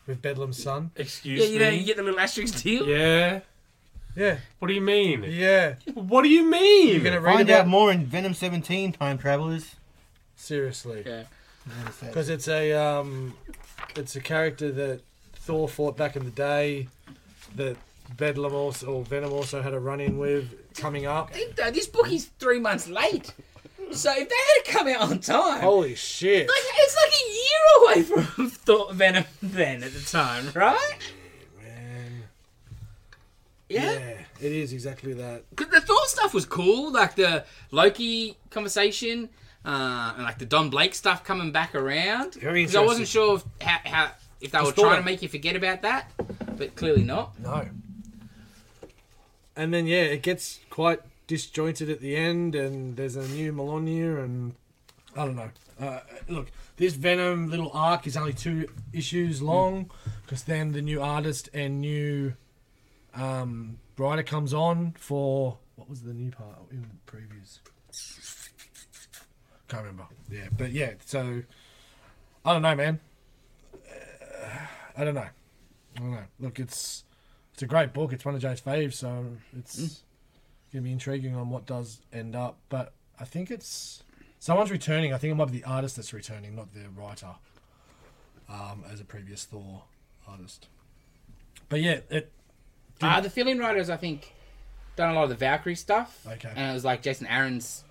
with Bedlam's son.
Excuse
Yeah, you know,
me.
you get the little asterisk deal.
Yeah.
Yeah.
What do you mean?
Yeah.
What do you mean?
You're gonna read
Find
about
out more in Venom 17, Time Travelers.
seriously.
Yeah.
Because it's a um, it's a character that Thor fought back in the day, that Bedlam also or Venom also had a run in with coming up.
I think, though, this book is three months late. So if they had come out on time,
Holy shit!
like, it's like a year away from Thor- Venom then at the time, right? Yeah.
Yeah, it is exactly that.
'Cause the Thor stuff was cool, like the Loki conversation, uh, and like the Don Blake stuff coming back around.
Very
'Cause I wasn't
interesting.
sure if, how, how if they were
Thor-
trying to make you forget about that, but clearly not.
No. And then yeah, it gets quite disjointed at the end, and there's a new Melania, and I don't know. Uh, look, this Venom little arc is only two issues long, because then the new artist and new um, writer comes on for what was the new part in the previews? Can't remember. Yeah, but yeah, so I don't know, man. Uh, I don't know. I don't know. Look, it's it's a great book. It's one of Jay's faves, so it's
Mm.
gonna be intriguing on what does end up. But I think it's someone's returning. I think it might be the artist that's returning, not the writer, um, as a previous Thor artist. But yeah, it
Uh, the film writers, I think, done a lot of the Valkyrie stuff.
Okay.
And it was like Jason Aaron's,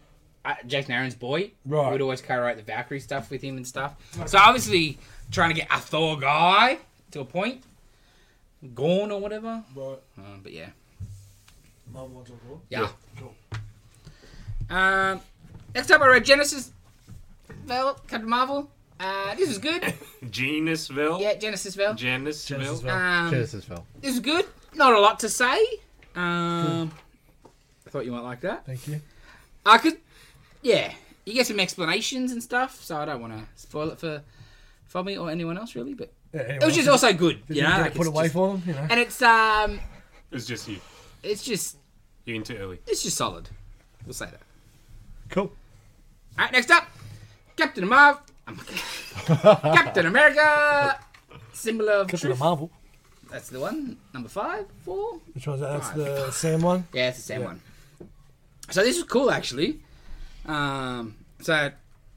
uh, Jason Aaron's boy.
Right.
Would always co-write the Valkyrie stuff with him and stuff. So obviously, trying to get a Thor guy to a point, Gorn or whatever.
right.
Um, but yeah,
Marvel cool.
yeah.
Cool.
Um, next up, I read Genesis. Vel, Captain Marvel. Uh, this was good.
Genusville?
Yeah, Genesis Vel.
Janusville?
Genesisville.
Um,
Genesis fell.
this is good. Not a lot to say. Um, I thought you might like that.
Thank you.
I could, yeah. You get some explanations and stuff, so I don't want to spoil it for for me or anyone else really. But
Yeah, anyway,
it was just also good,
Did
you know.
get
Like
put
it's
away
just,
for them, you know.
and it's um,
It's just you.
it's just
You're in too early.
it's just solid. We'll say that.
Cool.
All right, next up, Captain Marvel. Captain America. Symbol of
Except for the
truth.
Marvel.
That's the one. Number five, four.
Which one's that? That's
Five.
the Sam one.
Yeah, it's the same one. So this is cool actually. Um, so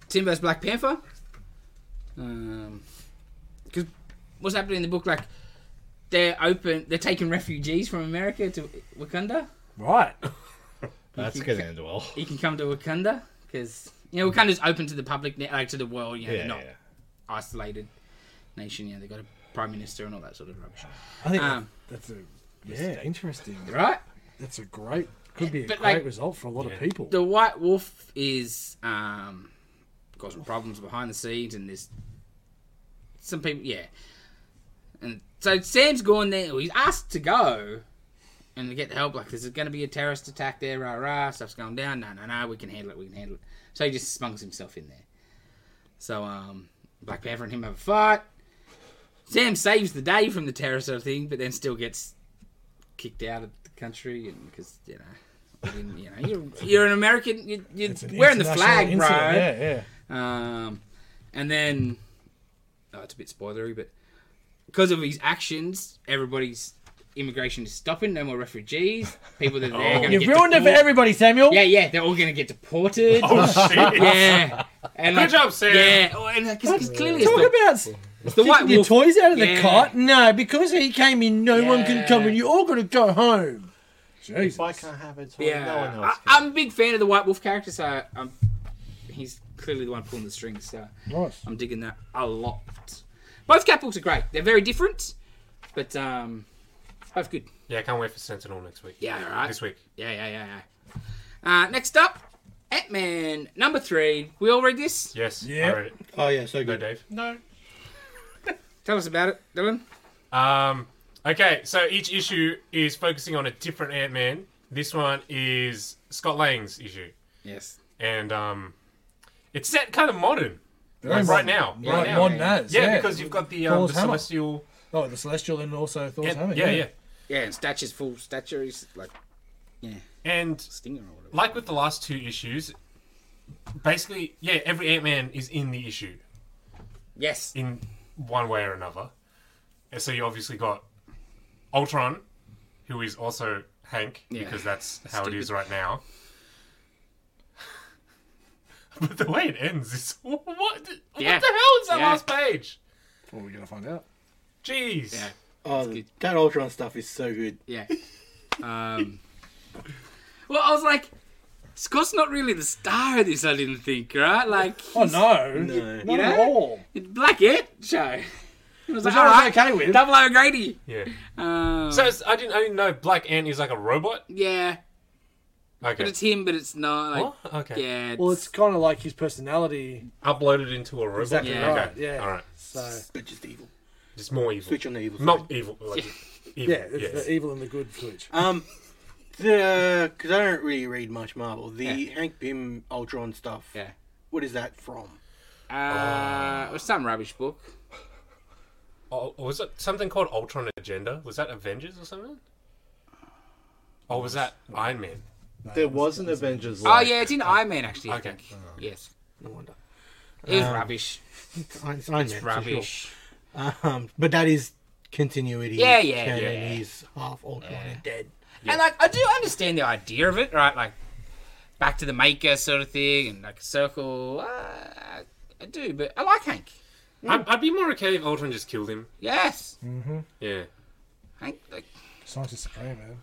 Tim vs Black Panther. Um, because what's happening in the book? Like they're open. They're taking refugees from America to Wakanda.
Right.
That's gonna end well.
You can come to Wakanda because you know Wakanda's open to the public, now, like to the world. You know,
Yeah,
they're not
yeah.
isolated nation. You know, they got a prime minister and all that sort of rubbish.
I think
Um,
that's a yeah, interesting.
Right.
That's a great. Could be a
But,
great
like,
result for a lot of people.
the White Wolf is um, got some problems behind the scenes, and there's some people, yeah. And so Sam's gone there. Well, he's asked to go and to get help. Like, there's going to be a terrorist attack there. Rah rah. Stuff's going down. No, no, no. We can handle it. We can handle it. So he just smuggles himself in there. So um, Black Panther and him have a fight. Sam saves the day from the terrorist sort of thing, but then still gets kicked out of the country, and because you know. You didn't- you know, you're, you're an American. You're, you're
It's an
wearing the flag,
international
bro.
incident, Yeah, yeah.
Um, and then, oh, it's a bit spoilery, but because of his actions, everybody's immigration is stopping. No more refugees. People that are there are going to
Oh. You've
get
ruined it for
deport-
everybody, Samuel.
Yeah, yeah, they're all going to get deported.
Oh, shit.
yeah. And like,
job, Sam.
Yeah, oh, and because clearly it's
Talk
the,
about s-
it's the white
kicking your
wolf.
toys out of the
Yeah.
cart. No, because he came in, no one can come,
Yeah.
and you're all going to go home. Jesus.
If I can't have it,
yeah,
no one
I,
else. Can.
I'm a big fan of the white wolf character, so um, he's clearly the one pulling the strings. So
Nice.
I'm digging that a lot. Both cat books are great. They're very different, but um, both good.
Yeah, I can't wait for Sentinel next week.
Yeah, right.
This week.
Yeah, yeah, yeah, yeah. Uh, next up, Ant Man number three. We all read this.
Yes.
Yeah.
I read it.
Oh, yeah, so
Go,
good.
Dave.
No.
Tell us about it, Dylan.
Um, okay, so each issue is focusing on a different Ant Man. This one is Scott Lang's issue,
Yes.
and um, it's set kind of modern. Like,
Very
right
modern-
now,
yeah,
right now.
modern as,
yeah,
yeah.
because you've got the, um,
Thor's
the
hammer.
celestial.
Oh, the celestial and also Thor's
Yeah,
hammer.
yeah, yeah.
Yeah, and stature's full stature is like
And
stinger or whatever.
like with the last two issues, basically, yeah, every Ant Man is in the issue
Yes.
in one way or another. And so you obviously got Ultron, who is also Hank,
Yeah.
because that's how it is
Stupid.
right now. but the way it ends is what? What
Yeah.
the hell is that
Yeah.
last page?
What are we gonna find out?
Jeez.
Yeah.
Oh,
good.
that Ultron stuff is so good.
Yeah. Um, well, I was like, Scott's not really the star of this, I didn't think, right? Like,
Oh no,
No.
not
Yeah.
at all.
Black It show. I was
Which
like,
I
all right,
was okay with.
double O Grady.
Yeah.
Um,
So it's, I didn't. I didn't know Black Ant is like a robot.
yeah, but
Okay.
it's him, but it's not. Like,
What? Okay.
yeah.
Well, it's kind of like his personality.
Uploaded into a robot.
Exactly
Yeah.
Okay.
right, yeah.
All right.
So
But just evil.
Just more evil.
Switch on the evil.
Not evil. Like, evil.
yeah, it's the evil and the good switch.
Um, the because I don't really read much Marvel. The Hank Pym Ultron stuff.
Yeah.
What is that from?
Uh, it was some rubbish book.
Oh, was it something called Ultron Agenda? Was that Avengers or something? Or was that Iron Man?
There was an Avengers.
Oh
like-
yeah, it's in Iron Man actually. I
Okay. Um,
think. Yes,
No wonder.
it was rubbish.
It's, Iron Man, for
Rubbish.
sure. Um, but that is continuity.
Yeah, yeah,
canon.
yeah.
He's half Ultron and dead.
And like, I do understand the idea of it, right? Like, back to the maker sort of thing, and like a circle. Uh, I do, but I like Hank.
I'd, I'd be more okay if Ultron just killed him.
Yes,
Yeah.
Hank. Like,
Science is supreme, man.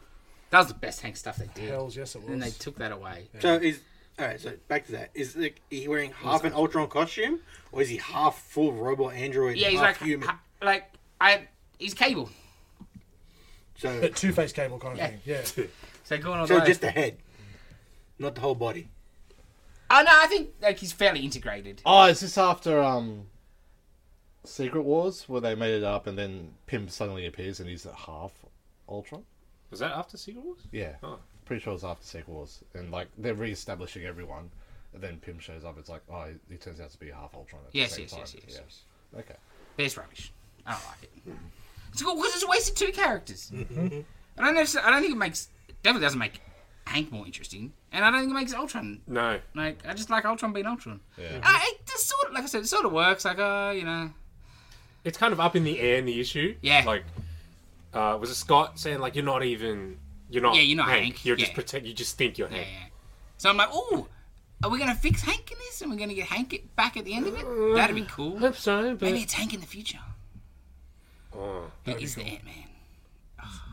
that was the best Hank stuff they did.
Hell's yes, it was.
And they took that away.
So is all right. So back to that. Is like, he wearing half an Ultron costume, or is he half full robot android?
Yeah,
and
he's
half
like,
human.
ha- like I, he's Cable.
So,
That two-face cable kind of
Yeah.
thing. Yeah.
So going on.
so
those-
just the head, not the whole body.
Oh no, I think like he's fairly integrated.
Oh, is this after um, Secret Wars where they made it up and then Pym suddenly appears and he's at half Ultron?
Was that after Secret Wars?
Yeah,
Oh.
pretty sure it's after Secret Wars and like they're re-establishing everyone. And then Pym shows up. It's like, oh, he- he turns out to be half Ultron. At the
Yes,
same
yes,
time.
yes, yes, yes.
Yeah. Okay.
But it's rubbish. I don't like it. It's cool because it's a waste of two characters.
Mm-hmm.
And I don't know. I don't think it makes. It definitely doesn't make Hank more interesting. And I don't think it makes Ultron.
No.
Like I just like Ultron being Ultron.
Yeah.
Uh, it just sort of, like I said, it sort of works. Like uh, you know,
It's kind of up in the air in the issue.
Yeah.
Like, uh, was it Scott saying like you're not even you're not
Yeah, you're not
Hank.
Hank.
You're just
Yeah.
pretend you just think you're
yeah.
Hank.
yeah. So I'm like, oh, are we gonna fix Hank in this? And we're gonna get Hank it back at the end of it? That'd be cool.
Hope so, but
Maybe it's Hank in the future.
oh.
Who is the Ant Man?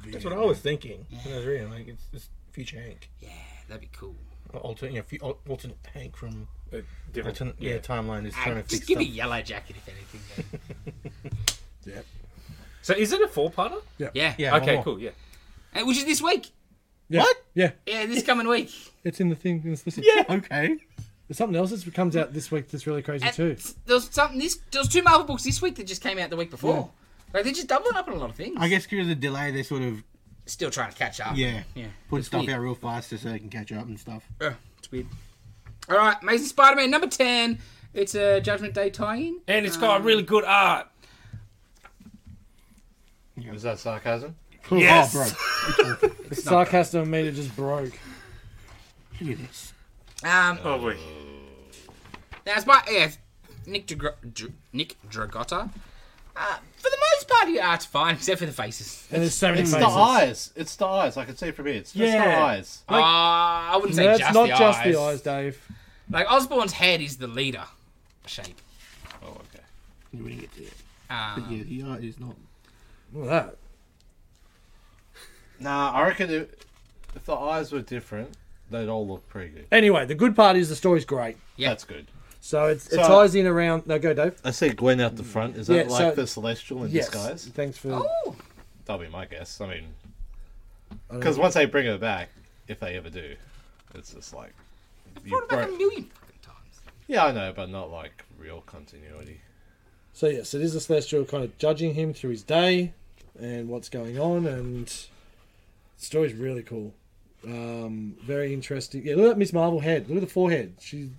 That's what I was thinking when I was reading. Like it's, it's future Hank,
Yeah, that'd be cool.
alternate, you know, fu- al- alternate Hank from
Uh, different.
alternate, yeah, timeline is trying
Ah,
to
just
fix
give me
stuff.
Yellow Jacket if anything. Then.
So is it a four parter?
yeah.
Yeah, one
okay,
more.
cool. Yeah.
Uh, Which is this week.
yeah. What? Yeah.
Yeah, this coming week.
It's in the thing. It's listed.
Okay.
There's something else that comes out this week that's really crazy
And
too.
s- There was something this. There was two Marvel books this week that just came out the week before. Like they're just doubling up on a lot of things.
I guess because of the delay, they sort of
Still trying to catch up.
yeah,
Yeah.
put
It's
stuff
weird.
out real fast just so they can catch up and stuff.
Uh, it's weird. All right, Amazing Spider-Man number ten. It's a Judgment Day tie-in.
And it's got really good art.
Is that sarcasm?
Yes.
Oh,
Sarcasm meter just broke.
Look at this.
Um,
Oh boy.
now it's by yeah, Nick Dra- Dr- Nick Dragotta. Uh, for the most part, your art's fine except for the faces.
And there's so many
It's the
phases.
eyes. It's the eyes. I can see it from here. It's just the
Yeah.
eyes.
Uh, I wouldn't say
No, it's
just
not
the
just
eyes.
the eyes, Dave.
Like Osborne's head is the leader shape.
Oh, okay.
You wouldn't get to it.
Um,
Yeah, the art is not.
Look at that.
Nah, I reckon it, if the eyes were different, they'd all look pretty good.
Anyway, the good part is the story's great.
Yeah.
That's good.
So it's, it
So-
ties in around. No, go, Dave.
I see Gwen out the front. Is
Yeah,
that like
so-
the celestial in
Yes.
disguise?
Thanks for.
Oh,
That'll be my guess. I mean,
I don't
because
know.
once they bring her back, if they ever do, it's just like. you
brought it back a
broke-
million fucking times.
Yeah, I know, but not like real continuity.
So yes, it is a celestial kind of judging him through his day and what's going on, and the story's really cool. Um, very interesting. Yeah, look at Miss Marvel head. Look at the forehead. She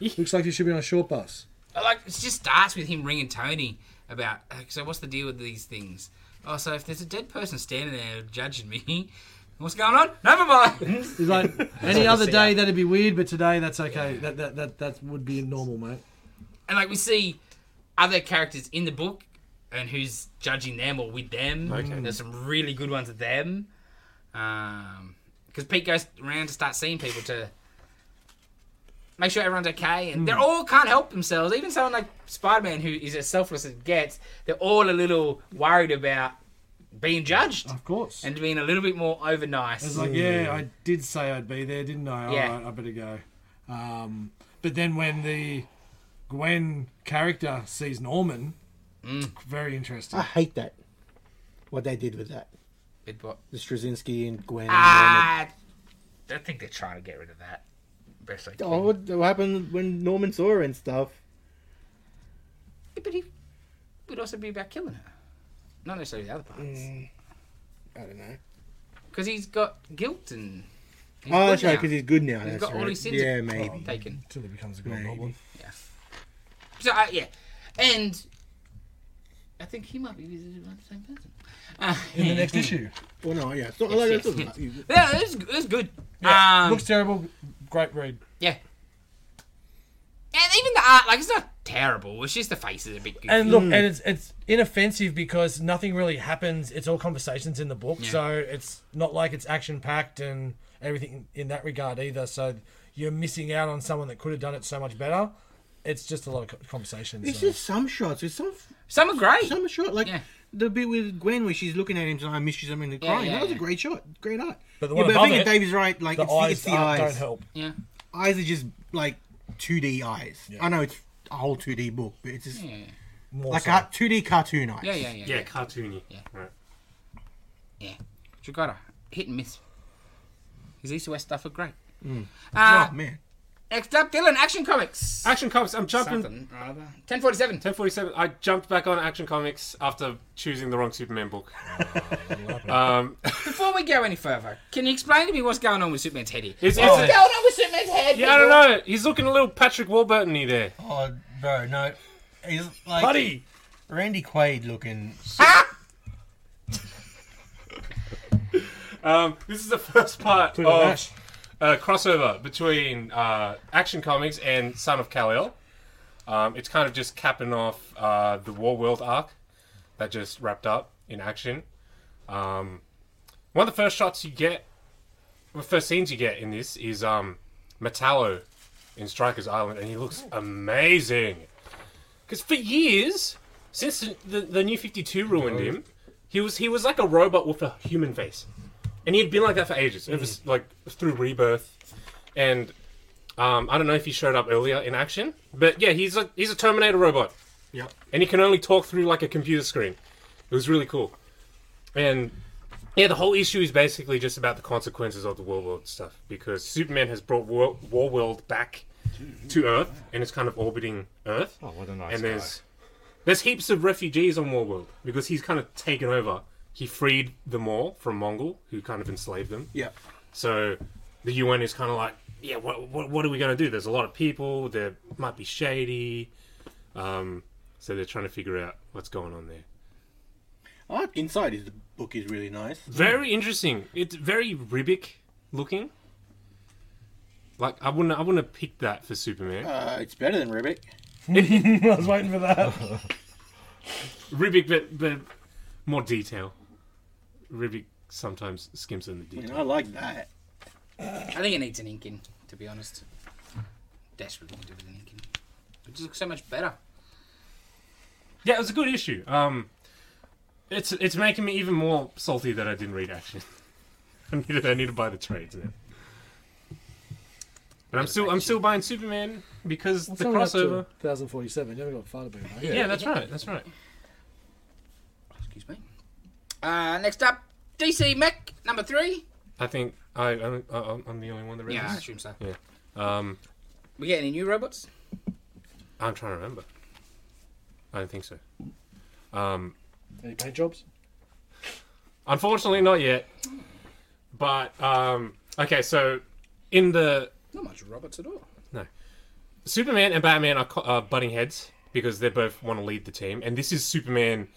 looks like she should be on a short bus.
Like it just starts with him ringing Tony about. uh, So what's the deal with these things? Oh, so if there's a dead person standing there judging me, what's going on? Never mind.
He's like, any other
see
day
out.
that'd be weird, but today that's okay. That, that that that would be normal, mate.
and like we see other characters in the book and who's judging them or with them.
Okay.
There's some really good ones of them. Um, because Pete goes around to start seeing people to make sure everyone's okay, and they all can't help themselves. Even someone like Spider-Man, who is as selfless as it gets, they're all a little worried about being judged
Of course. Mm.
and being a little bit more over
It's
nice.
like, yeah, I did say I'd be there, didn't I?
Yeah.
All right, I better go. Um, but then when the Gwen character sees Norman,
Mm.
very interesting.
I hate that. What they did with that.
Bit what-
The Straczynski and Gwen.
Ah, I think they're trying to get rid of that. Best they
and
can.
Norman. Oh, what, what happened when Norman saw her and stuff?
Yeah, but he would also be about killing her. Not necessarily the other parts.
I don't know.
Because he's got guilt and. he's
Oh,
good
that's right,
now.
because he's good now.
He's
that's
got all
right.
his sins
Yeah, maybe.
taken.
Until he becomes a Green
Maybe.
Goblin.
So, uh, yeah. And. I think he might be visited by the same person. Uh,
In the next issue.
Well, no, yeah. So,
Yes,
like,
yes, yes.
that's all-
yeah, it's, it's good.
Yeah,
um,
looks terrible. Great read.
yeah. And even the art, like, it's not terrible. It's just the face is a bit goofy.
And look, and it's it's inoffensive because nothing really happens. It's all conversations in the book,
Yeah.
so it's not like it's action packed and everything in that regard either. So you're missing out on someone that could have done it so much better. It's just a lot of co- conversations.
It's
so.
just some shots. It's some
Some are great.
some shot like
Yeah.
the bit with Gwen where she's looking at him saying, "I miss you," something and crying.
yeah,
that was
yeah.
a great shot, great art.
But the
yeah,
one
but I
above
think
it,
David's right. Like
the
it's,
eyes
it's the
aren't-
eyes.
don't help.
yeah.
Eyes are just like 2D eyes. I know it's a whole 2D book, but it's just
Yeah.
More
like
so.
a 2D cartoon eyes.
Yeah, yeah, yeah.
Yeah, cartoony. Right.
You gotta hit and miss. His East West stuff are great.
Oh
Mm.
Uh,
man,
next up, Dylan, Action Comics.
Action Comics. I'm jumping.
Something or other. 1047.
1047. I jumped back on Action Comics after choosing the wrong Superman book. um,
Before we go any further, can you explain to me what's going on with Superman's head here?
it's, it's,
What's going on with Superman's head?
yeah, I don't know. He's looking a little Patrick Warburton-y there.
oh bro, no, he's like
Buddy!
Randy Quaid looking.
Um, this is the first part
it
of
on Ash.
a crossover between uh, Action Comics and Son of Kal-El. Um, it's kind of just capping off uh, the War World arc that just wrapped up in action. Um, one of the first shots you get, well, first scenes you get in this is um, Metallo in Strikers Island, and he looks amazing. Because for years, since the, the, the New Fifty Two ruined him, he was he was like a robot with a human face, and he had been like that for ages. It was like through Rebirth, and um, I don't know if he showed up earlier in action, but yeah, he's a he's a Terminator robot.
Yep.
And he can only talk through like a computer screen. It was really cool, and yeah, the whole issue is basically just about the consequences of the War World stuff because Superman has brought War, War World back to Earth, and it's kind of orbiting Earth
Oh, what a nice
and there's there's heaps of refugees on Warworld because he's kind of taken over. He freed them all from Mongol, who kind of enslaved them.
Yeah,
So the UN is kind of like, yeah, what what, what are we going to do? There's a lot of people. There might be shady. Um, so they're trying to figure out what's going on there.
art inside his book is really nice.
Very interesting. It's very Ribic looking. Like I wouldn't I wouldn't have picked that for Superman.
Uh, it's better than Ribic.
I was waiting for that.
Ribic, but but more detail. Ribic sometimes skims in the detail.
You know, I like that.
I think it needs an inking, to be honest. Desperately need to do with an inking. It just looks so much better.
Yeah, it was a good issue. Um, it's it's making me even more salty that I didn't read Action. I need to, I need to buy the trades now. But I'm still I'm still buying Superman because the crossover.
1047. You haven't got far to be, mate.
Yeah, that's right. That's right.
Excuse me. Uh, next up, DC Mech number three.
I think I I'm, I'm I'm the only one that read
Yeah, I
this.
assume so.
Um,
We get any new robots?
I'm trying to remember. I don't think so. Um,
Any paint jobs?
Unfortunately, not yet. But um, okay, so in the
Not much robots at all.
Superman and Batman are co- uh, butting heads because they both want to lead the team, and this is Superman.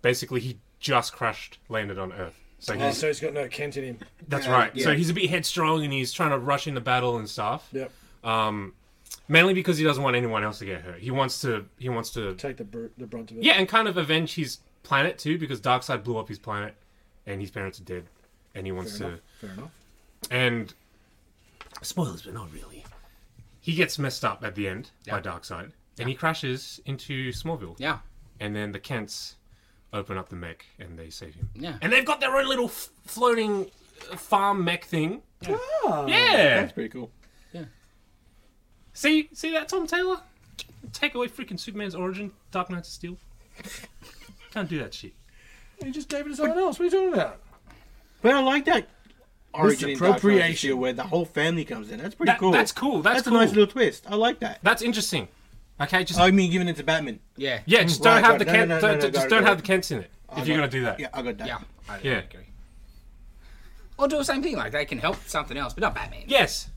Basically, he just crashed, landed on Earth. So
Oh,
he's,
so he's got no Kent in him.
that's
Yeah,
right. So
yeah.
he's a bit headstrong, and he's trying to rush into battle and stuff.
Yep.
Um, mainly because he doesn't want anyone else to get hurt. He wants to. He wants to.
Take the br- the brunt of it.
Yeah, and kind of avenge his planet too, because Darkseid blew up his planet, and his parents are dead, and he wants to.
Fair enough.
And spoilers, but not really. He gets messed up at the end by Darkseid, and he crashes into Smallville.
Yeah.
And then the Kents open up the mech and they save him.
Yeah.
And they've got their own little f- floating uh, farm mech thing.
Ah,
Yeah.
That's pretty cool.
See, see that Tom Taylor? Take away freaking Superman's origin, Dark Knight of Steel. Can't do that shit.
you just gave it to someone else. What are you talking about?
But I like that origin in Dark Knight of the
Misappropriation.
Steel where the whole family comes in. That's pretty
That-
cool.
That's cool. That's,
That's
cool.
a nice little twist. I like that.
That's interesting. Okay, just
I mean, giving it to Batman.
Yeah.
yeah, just don't
Right,
have
got
the
it. No,
Kent.
no, no,
don't-
no, no,
just
got it,
don't
got
have
it.
the Kents in it if you're gonna do that.
Yeah, I got that.
Yeah. I
Yeah.
agree. Or do the same thing. Like they can help something else, but not Batman.
Yes.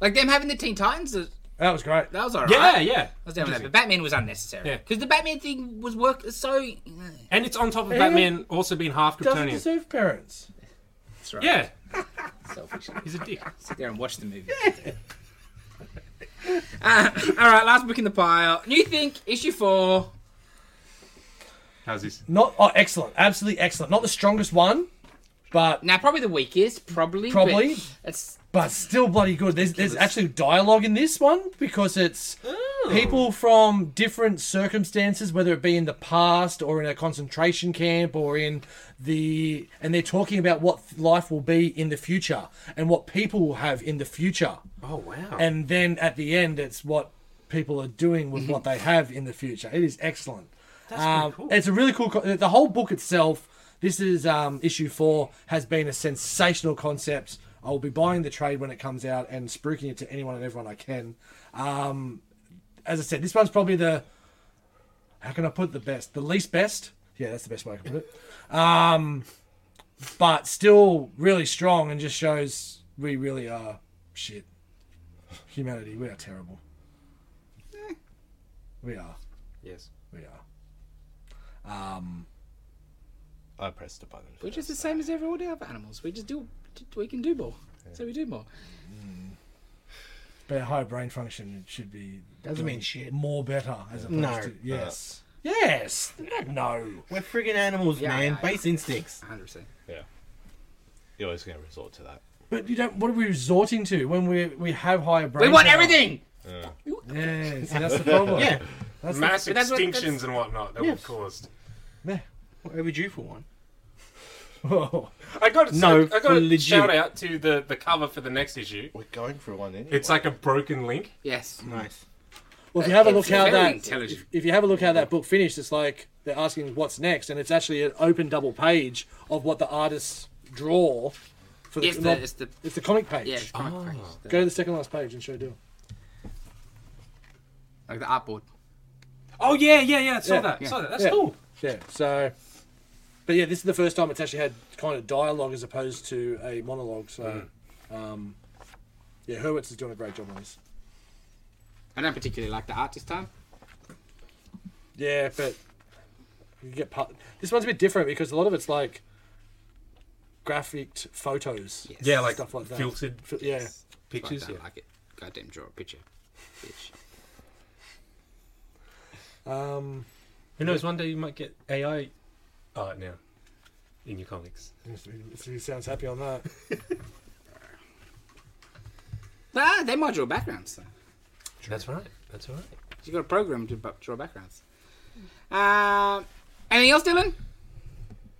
Like them having the Teen Titans. uh,
That was great.
That was alright.
Yeah. Yeah.
I was down with that, but Batman was unnecessary.
Yeah.
Because the Batman thing was work uh, so. uh,
And it's on top of
And
Batman also being half
Doesn't
Kryptonian.
deserve parents.
That's right.
Yeah,
Selfish.
he's a dick.
Sit there and watch the movie. Uh, all right, last book in the pile. New Think, issue four.
How's this?
Not oh, excellent. Absolutely excellent. Not the strongest one, but
Now, probably the weakest, probably. but
Probably.
It's
but still bloody good. There's there's actually dialogue in this one because it's people from different circumstances, whether it be in the past or in a concentration camp or in the and they're talking about what life will be in the future and what people will have in the future.
Oh wow.
And then at the end, it's what people are doing with what they have in the future. It is excellent. That's um,
Mm-hmm. cool.
It's a really cool. Co- the whole book itself. This is um, issue four. Has been a sensational concept. I will be buying the trade when it comes out and spruiking it to anyone and everyone I can. Um, as I said, this one's probably the how can I put the best? The least best? Yeah, that's the best way I can put it. Um, but still really strong and just shows we really are shit. Humanity, we are terrible.
Eh.
We are.
yes.
We are.
I pressed a button.
we're just the same as every all the other animals. We just do. We can do more. So we do more.
But our high brain function should be
Doesn't
doing
mean shit.
More better as opposed
No.
to yes. yes. No.
We're friggin' animals,
Yeah,
man.
yeah,
Base instincts.
100%.
You're always going to resort to that.
But you don't. What are we resorting to when we we have higher brain?
We want
power?
everything!
Yes, that's the problem.
Yeah.
That's
Mass
but that's what-
extinctions
that's-
and whatnot that
Yes.
were caused.
We're overdue for one.
The, whoa.
I got
No,
I got a
legit.
shout out to the the cover for the next issue.
We're going for one anyway.
It's like a broken link.
Yes.
Nice.
Well, if you have a
Uh, It's
look how
very
that
intelligent.
if, if you have a look how that book finished, it's like they're asking what's next, and it's actually an open double page of what the artists draw for the,
Yes,
not-
the, it's the.
it's the comic page.
Yeah, it's comic page. The-
Go to the second last page and show Dill.
like the artboard.
Oh yeah, yeah, yeah. I saw
Yeah,
that.
yeah.
Saw that. That's
Yeah.
cool.
Yeah. So, but yeah, this is the first time it's actually had kind of dialogue as opposed to a monologue. So,
Mm.
um, yeah, Hurwitz is doing a great job on this.
I don't particularly like the art this time.
Yeah, but you get part. This one's a bit different because a lot of it's like graphic photos.
Yes.
Yeah, like,
Stuff like that.
filtered
F- Yeah.
I don't
pictures. yeah.
like it. Goddamn, draw a picture. Bitch.
Um,
Who knows? One day you might get AI art now in your comics.
if he sounds happy on that.
Ah, they might draw backgrounds, though.
That's right. That's right.
You got a program to bu- draw backgrounds. Um, anything else, Dylan?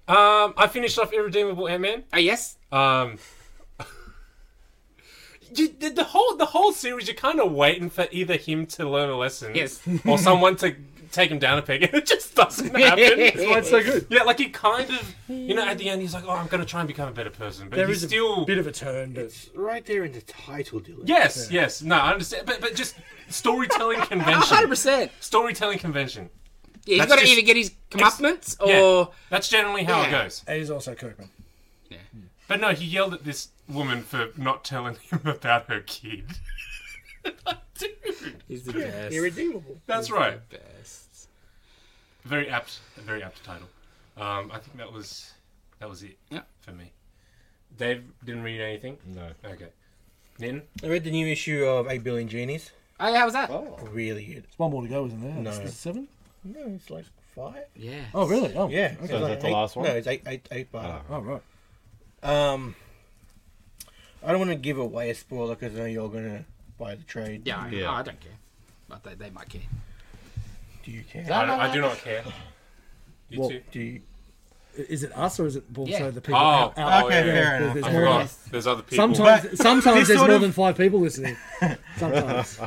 Um, I finished off Irredeemable Ant Man.
Oh yes.
Um, you, the, the whole the whole series, you're kind of waiting for either him to learn a lesson,
Yes.
or someone to take him down a peg, and it just doesn't happen.
Why it's so good.
yeah, like he kind of, you know, at the end, he's like, "Oh, I'm gonna try and become a better person," but
There
he's
is
still.
a bit of a turn, but
Right there in the title, Dylan.
Yes, yes, no, I understand, but but just storytelling
Hundred
convention,
percent.
storytelling convention.
Yeah, he's
That's
got to
just-
either get his comeuppance
Yeah,
or
that's generally how
Yeah.
it goes.
it is also Kirkman.
But no, he yelled at this woman for not telling him about her kid. Dude,
He's the best.
Irredeemable.
That's
He's
right.
The best.
Very apt. A very apt title. Um, I think that was that was it
Yeah.
for me. Dave didn't read anything.
No.
Okay. Then
I read the new issue of 8 Billion Genies.
Oh, yeah, how was that?
Oh.
Really good.
There's one more to go, isn't there?
No.
It's the seven?
No, it's like five.
Yeah.
Oh, really? Oh,
Yeah. it's
is
like
that the
eight-
last one? Ah.
No, it's eight, eight, eight part.
Oh, right.
Um, I don't want to give away a spoiler because I know you're gonna buy the trade.
Yeah, I-
Yeah.
oh, I don't care. But they, they might care.
Do you care?
I, don't- I do not care. You
Well,
two.
Do you?
I- Is it us or is it also
Yeah.
the people
Oh,
out? out-
oh,
okay,
yeah.
fair
there's-
enough.
there's
I
more
forgot.
than-
There's other people.
Sometimes, sometimes
this
there's
sort
more
of-
than five people listening. Sometimes.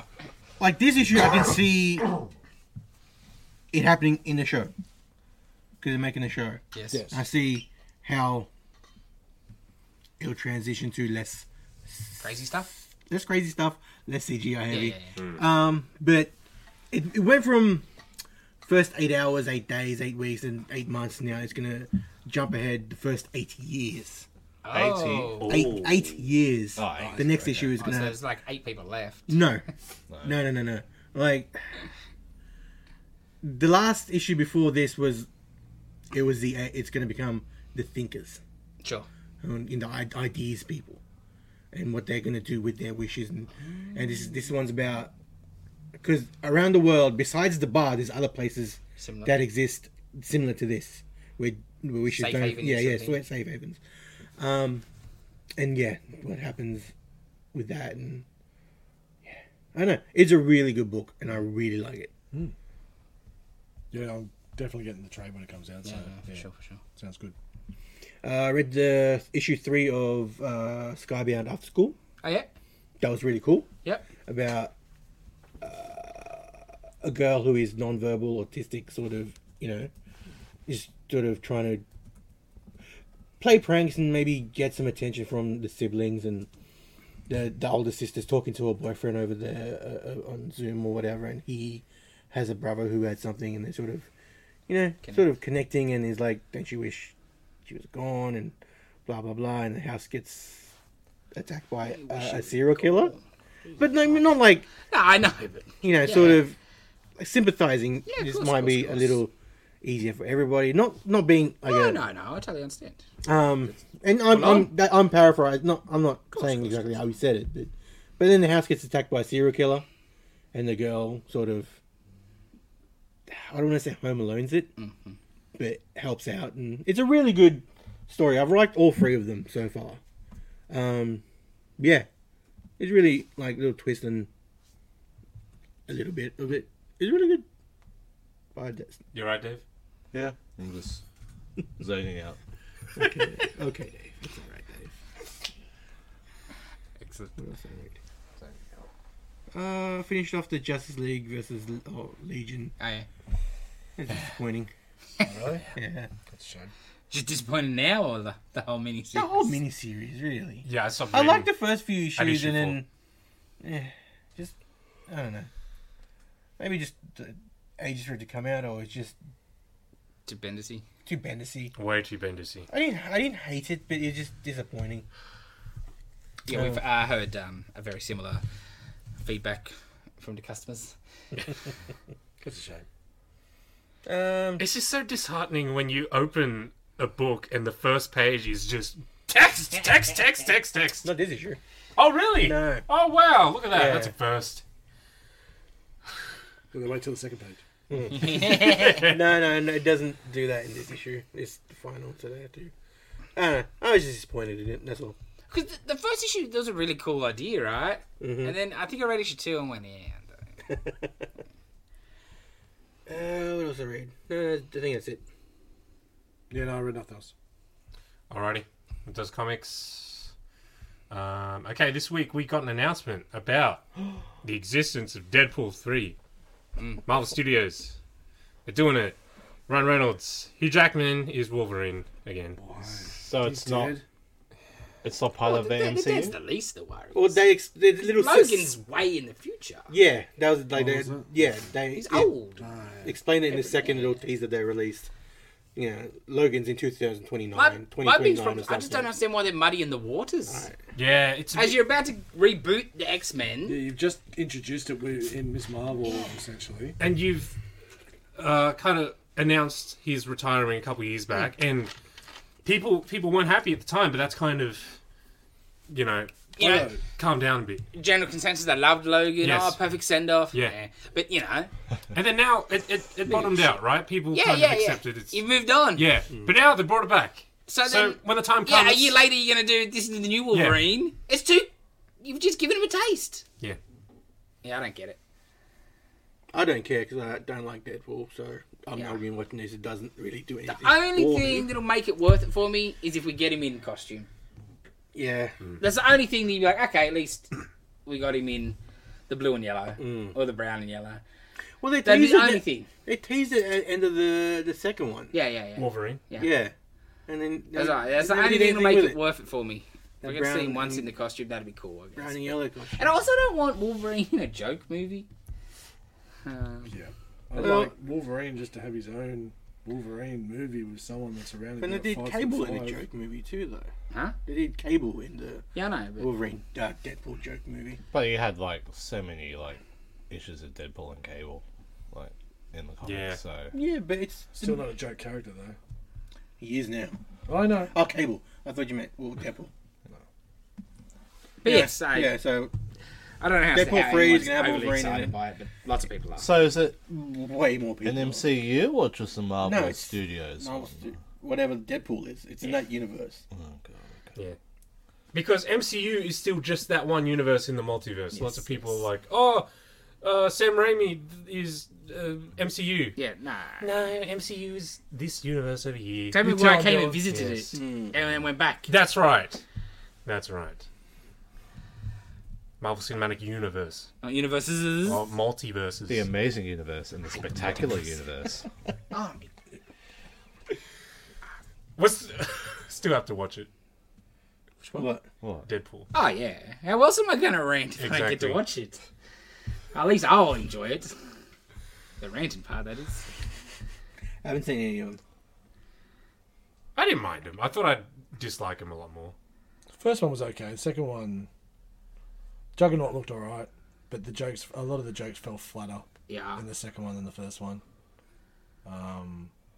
Like this issue, I can see it happening in the show because they're making a show.
Yes.
Yes.
I see how it'll transition to less
Crazy stuff.
less crazy stuff, less CGI
Yeah,
heavy.
yeah, yeah.
Um, but it, it went from first eight hours, eight days, eight weeks, and eight months. Now it's gonna jump ahead the first eight years.
Oh,
Eight, eight years.
Oh, eight
the
is
next
great,
issue is
Oh, so
gonna
there's like eight people left.
Mm.
no, no, no, no, no. Like the last issue before this was, it was the uh, it's gonna become the thinkers
Sure.
on in the i- ideas people and what they're going to do with their wishes and, and this is this one's about because around the world besides the bar there's other places
Similar.
that exist similar to this where, where wishes
Safe
don't
haven
yeah
or
yeah
something.
so safe havens um and yeah what happens with that and yeah i don't know it's a really good book and i really like it
Yeah, I'm definitely getting the trade when it comes out. So yeah,
Yeah, no, Uh, for sure, for sure.
sounds good.
uh, i read the issue three of uh, skybound after school
Oh, yeah.
that was really cool
Yep.
about uh, a girl who is nonverbal, autistic, sort of, you know, is sort of trying to play pranks and maybe get some attention from the siblings and the the older sister's talking to her boyfriend over there uh, uh, on Zoom or whatever, and he has a brother who had something, and they're sort of, you know, sort of connecting, and he's like, "Don't you wish she was gone?" and blah blah blah, and the house gets attacked by uh, a serial killer. But no, not like
No, I know, but
you know, sort of sympathizing.
Yeah, of
this
course,
might
of
be
course,
a
of
little easier for everybody. Not not being like
no,
a,
no, no. I totally understand.
um, and I'm
Well,
I'm, that, I'm paraphrasing. Not I'm not
course,
saying
of course,
exactly how he said it, but but then the house gets attacked by a serial killer, and the girl sort of I don't want to say home alone's it, but helps out, and it's a really good story. I've liked all three of them so far. Um, yeah, it's really like little twist and a little bit of it. It's really good. I just-
You're right, Dave.
Yeah. I'm just zoning out.
Okay, okay, Dave. It's all right, Dave.
Excellent.
What else did I read? Uh, finished off the Justice League versus L- oh, Legion.
Oh, yeah.
It's disappointing.
really?
Yeah.
That's a shame.
Just disappointed now or the, the whole mini
The whole miniseries, really.
Yeah, I stopped
I
reading.
like the first few issues,
At issue
and then, yeah, just I don't know. Maybe just the ages for it to come out, or it's just
to Bendisy.
too bendisy.
Way too bendersy.
I didn't, I didn't hate it, but it's just disappointing.
Yeah, we've uh, heard um, a very similar feedback from the customers.
That's a shame.
Um,
It's just so disheartening when you open a book and the first page is just text, text, text, text, text.
not this issue.
Oh, really?
No.
Oh, wow. Look at that.
Yeah.
That's a first.
Then they wait till the second page.
no, no, no, it doesn't do that in this issue. It's the final, so they have to. I don't know. I was just disappointed in it. That's all.
Because the, the first issue, that was a really cool idea, right? And then I think I read issue two and went, yeah. I don't know."
Uh, what else I read? No, I think that's it.
Yeah, no, I read nothing else.
Alrighty. It does comics. Um, okay, this week we got an announcement about the existence of Deadpool 3.
Mm.
Marvel Studios. They're doing it. Ryan Reynolds. Hugh Jackman is Wolverine again.
So it's not. It's not
Oh,
part of the
That- that's
MCU.
the least of worries.
Well, they ex- the little
Logan's way in the future.
Yeah, that was like
Oh,
they.
was it?
Yeah, they.
He's
yeah,
old.
Uh,
Explain it in the second little teaser they released. Yeah, Logan's in 2029.
My, my
2029
biggest problem,
is
I
last
just don't
one.
understand why they're muddying the waters.
Yeah, it's
As you're about to reboot the X Men,
Yeah, you've just introduced it with- in Miss Marvel, essentially.
and you've uh, kind of announced he's retiring a couple years back,
Hmm.
and people people weren't happy at the time, but that's kind of you know
you know,
calm down a bit.
general consensus they loved Logan.
Yes.
Oh, perfect send off.
Yeah.
But you know,
And then now it, it, it bottomed out, right? People
yeah,
kind
yeah,
of
yeah.
accepted it's
You've moved on.
yeah, but now they brought it back.
So
So
then,
when the time comes,
yeah, a year later you're gonna do this is the new Wolverine. It's too. You've just given him a taste.
yeah,
Yeah, I don't get it.
I don't care because I don't like Deadpool, so I'm
Yeah.
not even watching this. It doesn't really do anything.
The only
for me.
thing that'll make it worth it for me is if we get him in costume.
Yeah,
Mm.
That's the only thing that you'd be like, okay, at least we got him in the blue and yellow
Mm.
or the brown and yellow.
well, they
That'd be
teased
the
it.
only
at-
thing.
They teased it at the end of the the second one.
Yeah, yeah, yeah.
Wolverine.
yeah.
Yeah, and then
That's,
they-
all right. That's
they
the only
did
thing that'll make
anything with
it worth it for me. If I
That
could see him
brown
once
and-
in the costume, that'd be cool, I
Brown
guess.
and yellow. costume.
And I also don't want Wolverine in a joke movie. Um,
I'd
Well-
like Wolverine just to have his own Wolverine movie with someone that's around.
And they
about
did
five foot
Cable in a
five.
joke movie too, though.
Huh?
They did Cable in the
yeah, I know. But
Wolverine uh, Deadpool joke movie.
But he had like so many like issues of Deadpool and Cable, like in the comics.
Yeah.
So
Yeah, but it's
Still not a joke character though.
he is now.
I know.
Oh, Cable. I thought you meant well, Deadpool.
but yeah, so
yeah, so
I don't know how
Deadpool
how
three
anyone's
is gonna have
overly
Wolverine in
excited
it.
by it, but lots of people are.
so is it
way more people.
an MCU or just a Marvel
No, it's
Studios?
Marvel
one?
stu- whatever Deadpool is, it's in that universe.
Oh, God.
Because MCU is still just that one universe in the multiverse. Lots of people are like, oh, uh, Sam Raimi is uh, MCU.
yeah, no.
No, MCU is this universe over here.
Tell me
You
where I
tell
came
them-
and visited
Yes. Hmm.
it, and then went back.
That's right. That's right. Marvel Cinematic Universe.
Uh, universes.
Well, multiverses.
The amazing universe and the spectacular universe.
What's still have to watch it.
What?
Deadpool.
Oh yeah. How else am I gonna rant if I don't get
Exactly.
to watch it? At least I'll enjoy it. The ranting part, that is.
I haven't seen any of them.
I didn't mind him. I thought I'd dislike him a lot more.
First one was okay. The second one, Juggernaut looked alright, but the jokes, a lot of the jokes fell flatter
Yeah.
in the second one than the first one.
Uh,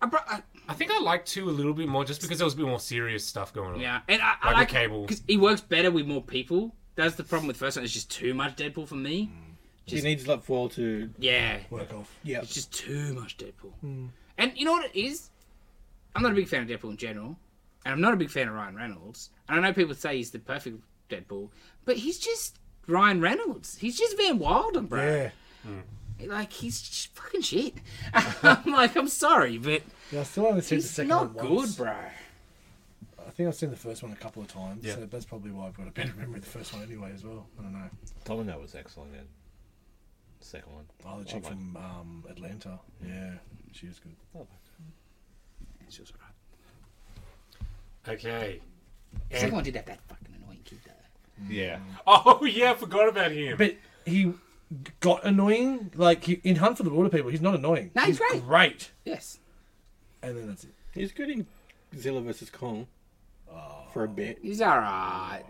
I bro- I,
I think I liked two a little bit more just because there was a bit more serious stuff going on.
yeah, and I, I
Like
like
with Cable.
because he works better with more people. That's the problem with the first one. It's just too much Deadpool for me.
Mm.
He needs like four to
Yeah,
Work off.
yeah.
it's just too much Deadpool.
Hmm.
And you know what it is? I'm not a big fan of Deadpool in general, and I'm not a big fan of Ryan Reynolds. And I know people say he's the perfect Deadpool, but he's just Ryan Reynolds. He's just Van Wilder, bro.
Yeah,
like he's sh- fucking shit. I'm like, I'm sorry, but
yeah. I still only seen the
he's
second
not
one
good,
once.
bro.
I think I've seen the first one a couple of times,
Yeah.
so that's probably why I've got a better memory of the first one anyway as well. I don't know.
Domino was excellent in the second one.
Oh, the chick from um, Atlanta. Yeah, she is good.
It's just alright.
Okay.
The second one did have that fucking annoying kid though.
Yeah.
Oh yeah, I forgot about him.
But he got annoying. Like he, in Hunt for the Water People, he's not annoying.
No, he's great.
Great.
Yes.
And then that's it.
He's good in Godzilla vs Kong
Ah.
for a bit.
He's alright.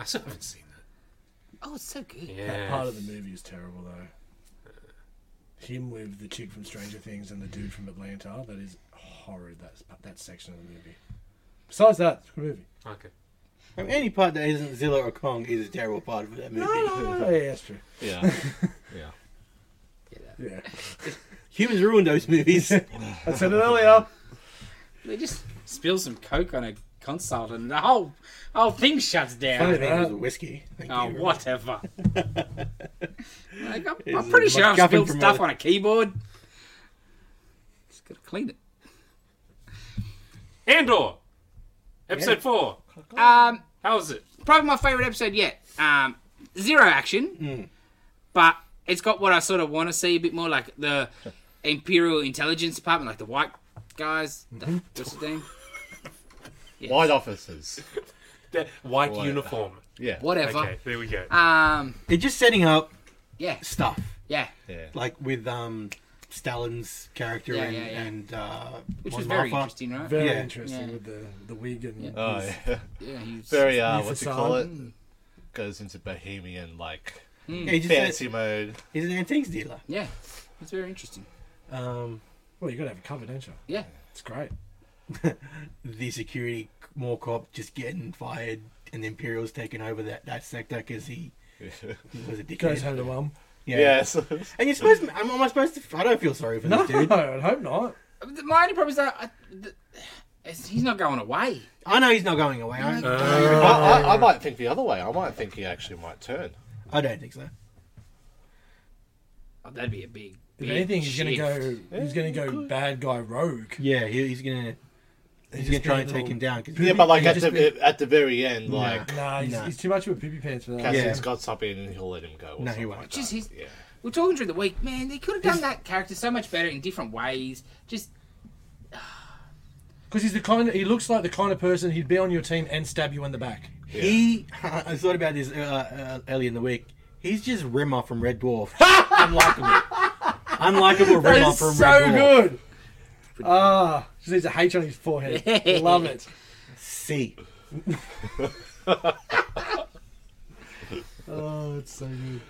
I still haven't seen that.
Oh, it's so good.
That
Yeah.
part of the movie is terrible though. Him with the chick from Stranger Things and the dude from Atlanta. That is horrid. That's that section of the movie. Besides that, it's a good movie.
Okay.
I mean, any part that isn't Zilla or Kong is a terrible part of that movie.
Oh, yeah, that's true.
Yeah.
Yeah,
Humans ruined those movies.
I said it earlier.
They just spill some coke on a consult and the whole whole thing shuts
Funny
down.
It was
Uh,
that.
a whiskey. Thank
Oh,
you.
whatever. like, I'm, I'm
It's
pretty
a
sure I've
MacGuffin
spilled
from
stuff
other-
on a keyboard. Just gotta clean it.
Andor, episode four.
Um,
How was it?
probably my favorite episode yet. Um, zero action, but it's got what I sort of want to see a bit more, like the Imperial Intelligence Department, like the white guys. the- what's his name?
White officers.
The white
What?
uniform.
Yeah.
Whatever.
Okay, there we go.
Um,
They're just setting up
yeah,
stuff
yeah,
Yeah.
like with um Stalin's character
Yeah,
and,
yeah, yeah.
and uh,
Which
Mon
was very
Mothma.
interesting, right?
Very
Yeah.
interesting
Yeah.
with the the wig and
Yeah.
Oh,
his-
yeah.
yeah, he's
Very, uh,
new
what do you
facade.
call it? Goes into bohemian, like,
Yeah, he just
fancy mode.
he's an antiques dealer.
yeah, it's very interesting.
Um,
Well, you got to have a cover, don't you?
Yeah,
It's great.
the security more cop just getting fired, and the Imperials taking over that, that sector because he, he was a
Goes
dickhead.
home to mum.
Yeah.
Yes.
And you're supposed. To, am, am I supposed to? I don't feel sorry for
No,
this dude.
I'd hope not.
I mean, Uh, my only problem is that I, the, it's, he's not going away.
I know he's not going away. I,
I, I, I might think the other way. I might think he actually might turn.
I don't think so.
Oh, that'd be a big.
If
big
anything, he's gonna
shift.
go. He's gonna go bad guy rogue.
Yeah, he, he's gonna. He's,
just
gonna try
being a
and take him
little-
down. 'cause-
Yeah, but like
Yeah,
at
just
the
be-
at the very end, like
Nah, he's,
Nah.
he's too much of a poopy pants for that.
Cassian's
Yeah.
got something and he'll let him go. Or
No, he
something
won't.
Like
Just
that.
his-
yeah.
We're talking during the week, man. They could have done that character so much better in different ways. Just
Because he's the kind. Of, he looks like the kind of person he'd be on your team and stab you in the back.
He, I thought about this uh, uh, early in the week. He's just Rimmer from Red Dwarf. Unlikable. Unlikable
That
Rimmer
is
from
so
Red Dwarf.
good. Ah, just needs a H on his forehead. Love it.
C.
Oh, it's so good.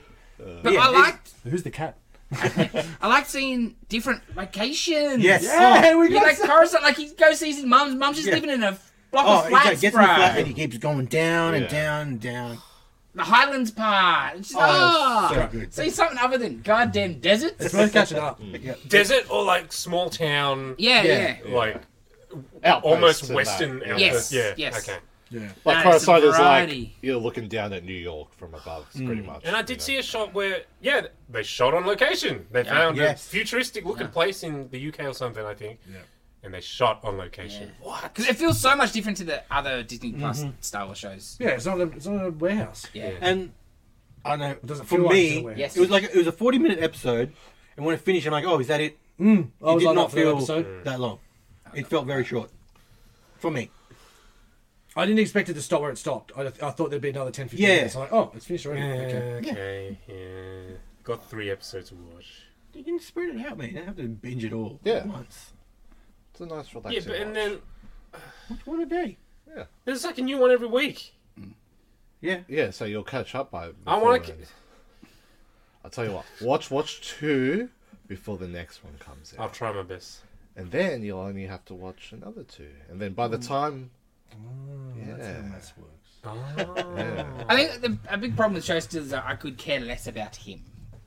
But
Yeah,
I
it's-
liked
Who's the cat?
I liked seeing different locations.
Yes. Oh.
Yeah, we
You
got
like Coruscant, like he goes sees his mum's mum's just
Yeah.
living in a block
Oh,
of
he like,
flats,
gets in the
bro.
flat and he keeps going down and
Yeah.
down and down.
The Highlands part. It's just,
Oh,
oh,
so good.
see something other than goddamn deserts.
It's worth catching up.
Mm.
Desert or like small town,
Yeah,
Yeah.
yeah.
like
Outposts
almost
and that.
western.
Yeah.
outpost.
Yes,
Yeah.
yes.
Okay.
Like
That's
Coruscant is like
variety.
you're looking down at New York from above, it's
Hmm.
pretty much.
And I
you
did
know.
see a shot where, yeah, they shot on location. They found
Yes.
a futuristic looking place in the UK or something, I think. Yeah. And they shot on location. What?
Because it feels so much different to the other Disney Plus
Mm-hmm.
Star Wars shows.
Yeah, it's not a, it's not a warehouse.
Yeah.
And I don't know.
doesn't
for
feel like it's
me,
in a warehouse.
Yes.
it was like it was a forty-minute episode, and when it finished, I'm like, oh, is that it?
Mm, I
It
Oh, was
did
like that
not
for that
feel
episode.
that long. It felt very short for me.
I didn't expect it to stop where it stopped. I, I thought there'd be another 10, 15
Yeah.
minutes. I'm like, oh, it's finished already. Okay.
Okay, yeah. Got three episodes to watch.
You can spread it out, man. You don't have to binge it all
Yeah.
at once.
It's a nice
Yeah,
relaxing.
but and
watch.
then
Watch one a day.
there's like a new one every week.
Yeah.
yeah, so you'll catch up by.
I want to.
beforehand. I'll tell you what. Watch Watch Two before the next one comes
I'll
out,
try my best.
and then you'll only have to watch another two, and then by the
Hmm.
time.
Oh,
yeah.
I think the, a big problem with shows still is that I could care less about him.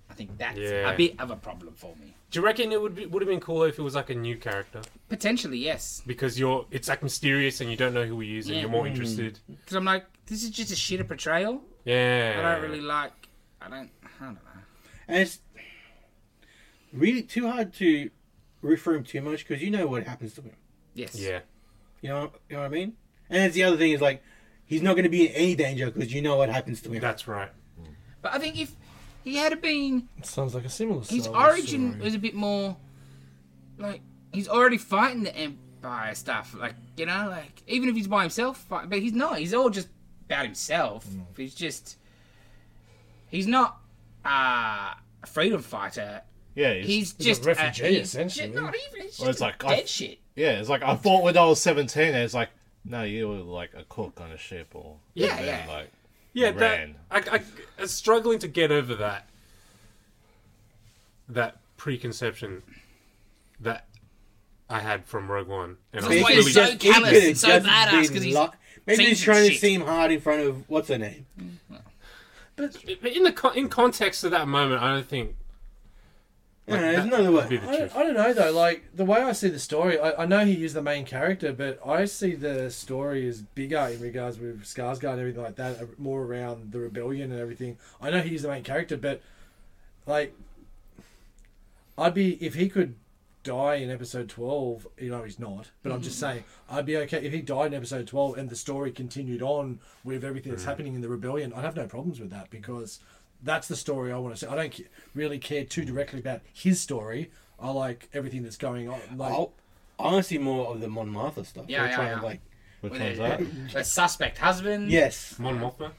I think that's
Yeah.
a bit of a problem for me.
Do you reckon it would be, would have been cooler if it was like a new character
Potentially, yes.
because you're it's like mysterious and you don't know who he is and
Yeah.
you're more interested.
Because I'm like, this is just a shitter portrayal.
Yeah,
I don't really like. I don't. I don't know.
And it's really too hard to root for him too much because you know what happens to him.
Yes.
Yeah,
You know, you know what I mean? And that's the other thing is like, he's not going to be in any danger because you know what happens to him.
that's right.
But I think if he had been,
Sounds like a similar
his
Star Wars
origin
story.
was a bit more. Like he's already fighting the Empire stuff. Like you know, like even if he's by himself, fight, but he's not. He's all just about himself. He's just. He's not uh, a freedom fighter.
Yeah,
He's,
He's a
just
refugee,
he's
essentially.
ju- not even. He's just
Well, it's like,
dead
I-
shit.
Yeah, it's like I thought when I was seventeen, it's like, no, you were like a cook on a ship or
Yeah,
and then,
yeah.
like
Yeah, that,
Ran.
I, I, I'm struggling to get over that that preconception that I had from Rogue One, and I
That's
was
why
really
he's so
He could've
callous and so
just
badass
been
'cause he's
li- Maybe
seen
he's
some
trying to
shit.
seem hard in front of what's her name.
but but in the con- in context of that moment, I don't think
I don't know, there's
that
another
would be
way.
the
I
truth.
don't, I don't know though. Like the way I see the story, I, I know he is the main character, but I see the story as bigger in regards with Skarsgård and everything like that, uh, more around the rebellion and everything. I know he's the main character, but like, I'd be if he could die in episode twelve. You know, he's not, but I'm
Mm-hmm.
just saying I'd be okay if he died in episode twelve and the story continued on with everything
Mm-hmm.
that's happening in the rebellion. I'd have no problems with that because that's the story I want to see. I don't ca- really care too
Mm-hmm.
directly about his story. I like everything that's going on. Like,
I'll, I want to see more of the Mon Martha stuff.
Yeah,
They're
yeah,
trying to,
yeah.
Like,
which
With
one's that?
a, a suspect husband.
yes,
Mon Mothma,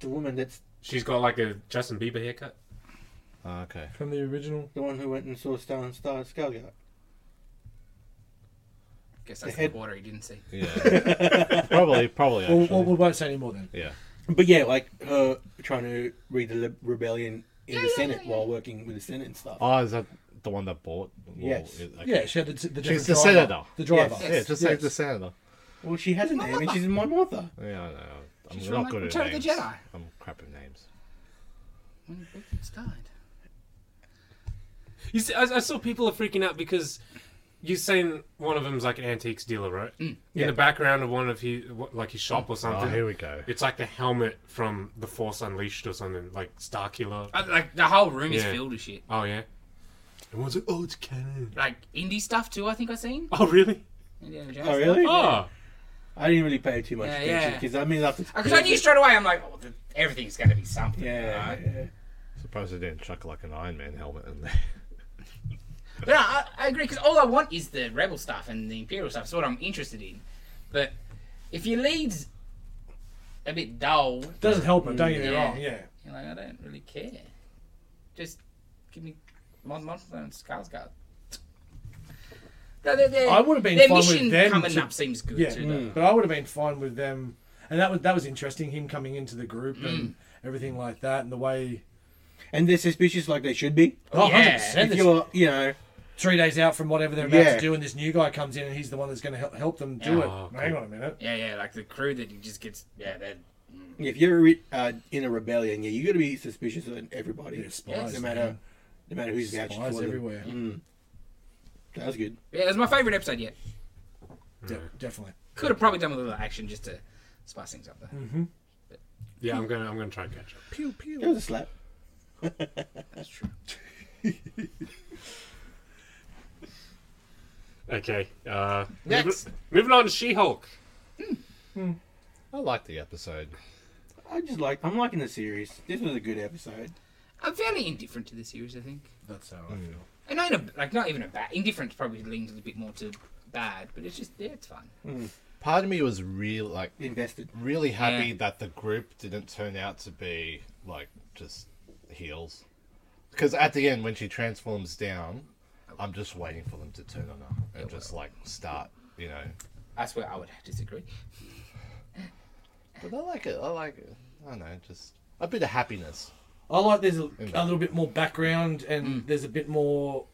the woman that's
she's got like a Justin Bieber haircut.
Ah, okay.
from the original.
The one who went and saw Star and Star Skullgard.
Guess that's
The
the,
head-
water he didn't see.
Yeah. probably, probably. Actually.
Well, well, we won't say any more then.
yeah.
But yeah, like her trying to read the lib- rebellion in the
yeah,
Senate
yeah, yeah.
while working with the Senate and stuff.
Oh, is that the one that bought? Well,
Yes.
it- okay.
Yeah, she had the, the different
the
driver.
senator.
The driver.
Yes.
Yeah, just like
yes.
the senator.
Well, she has a name and she's my mother.
Yeah, I know. I'm
She's
not
from, like,
good at
Return of
names.
the Jedi.
I'm crap at names.
When Wickets died.
You see, I, I saw people are freaking out because you've seen one of them's like an antiques dealer, right? In the background of one of his what- like his shop or
Mm. Oh,
something.
here we go.
It's like the helmet from The Force Unleashed or something, like Starkiller.
Uh, Like the whole room is
Yeah.
filled with shit.
Oh yeah. And one's like, oh, it's canon.
Like indie stuff too. I think I seen.
Oh really?
Indiana Jones
Oh,
stuff.
really?
Oh,
I didn't really pay too much
Yeah,
attention
yeah.
because I mean, after
Because I knew straight away. I'm like, oh, th- everything's going to be something.
Yeah,
right?
yeah.
Surprised they didn't chuck like an Iron Man helmet in there.
But no, I, I agree because all I want is the rebel stuff and the imperial stuff. It's what I'm interested in. But if your lead's a bit dull,
Doesn't help her, don't get me
Yeah.
wrong. Mm, Yeah.
you're like, I don't really care. Just give me Mon Mothma and Skarsgård. No, their- their-
I would've been
their
fine with
mission
them
coming
to-
up seems good
Yeah. Mm.
too. though.
But I would have been fine with them. And that was that was interesting, him coming into the group and everything like that and the way
and they're suspicious like they should be.
Oh,
Oh,
yeah.
100%.
If
It's
you're, you know,
three days out from whatever they're about
Yeah.
to do, and this new guy comes in and he's the one that's going to help, help them do
Yeah.
it.
Oh,
Hang on a minute.
Yeah, yeah, like the crew that he just gets. Yeah, they're
if you're re- uh, in a rebellion, yeah, you got to be suspicious of everybody,
Yeah, spies,
no matter,
man.
no matter who's vouching for
Spies
them.
everywhere.
That was good.
Yeah, it was my favorite episode yet.
Yeah, definitely.
Could have probably done with a little action just to spice things up.
Mm.
Though.
yeah. I'm gonna I'm gonna try and catch up.
It was a slap.
That's true.
Okay. Uh,
Next.
Moving, moving on to She-Hulk.
I like the episode.
I just like. I'm liking the series. This was a good episode.
I'm fairly indifferent to the series, I think.
That's how I feel.
And not in a, like not even a bad. Indifference probably leans a bit more to bad, but it's just yeah, it's fun.
Part of me was real, like
Invested.
really happy
Yeah.
that the group didn't turn out to be like just heels. Because at the end, when she transforms down, I'm just waiting for them to turn on her and just like start, you know.
I swear I would disagree.
But I like it. I like it. I don't know, just a bit of happiness.
I like there's a, a little bit more background and there's a bit more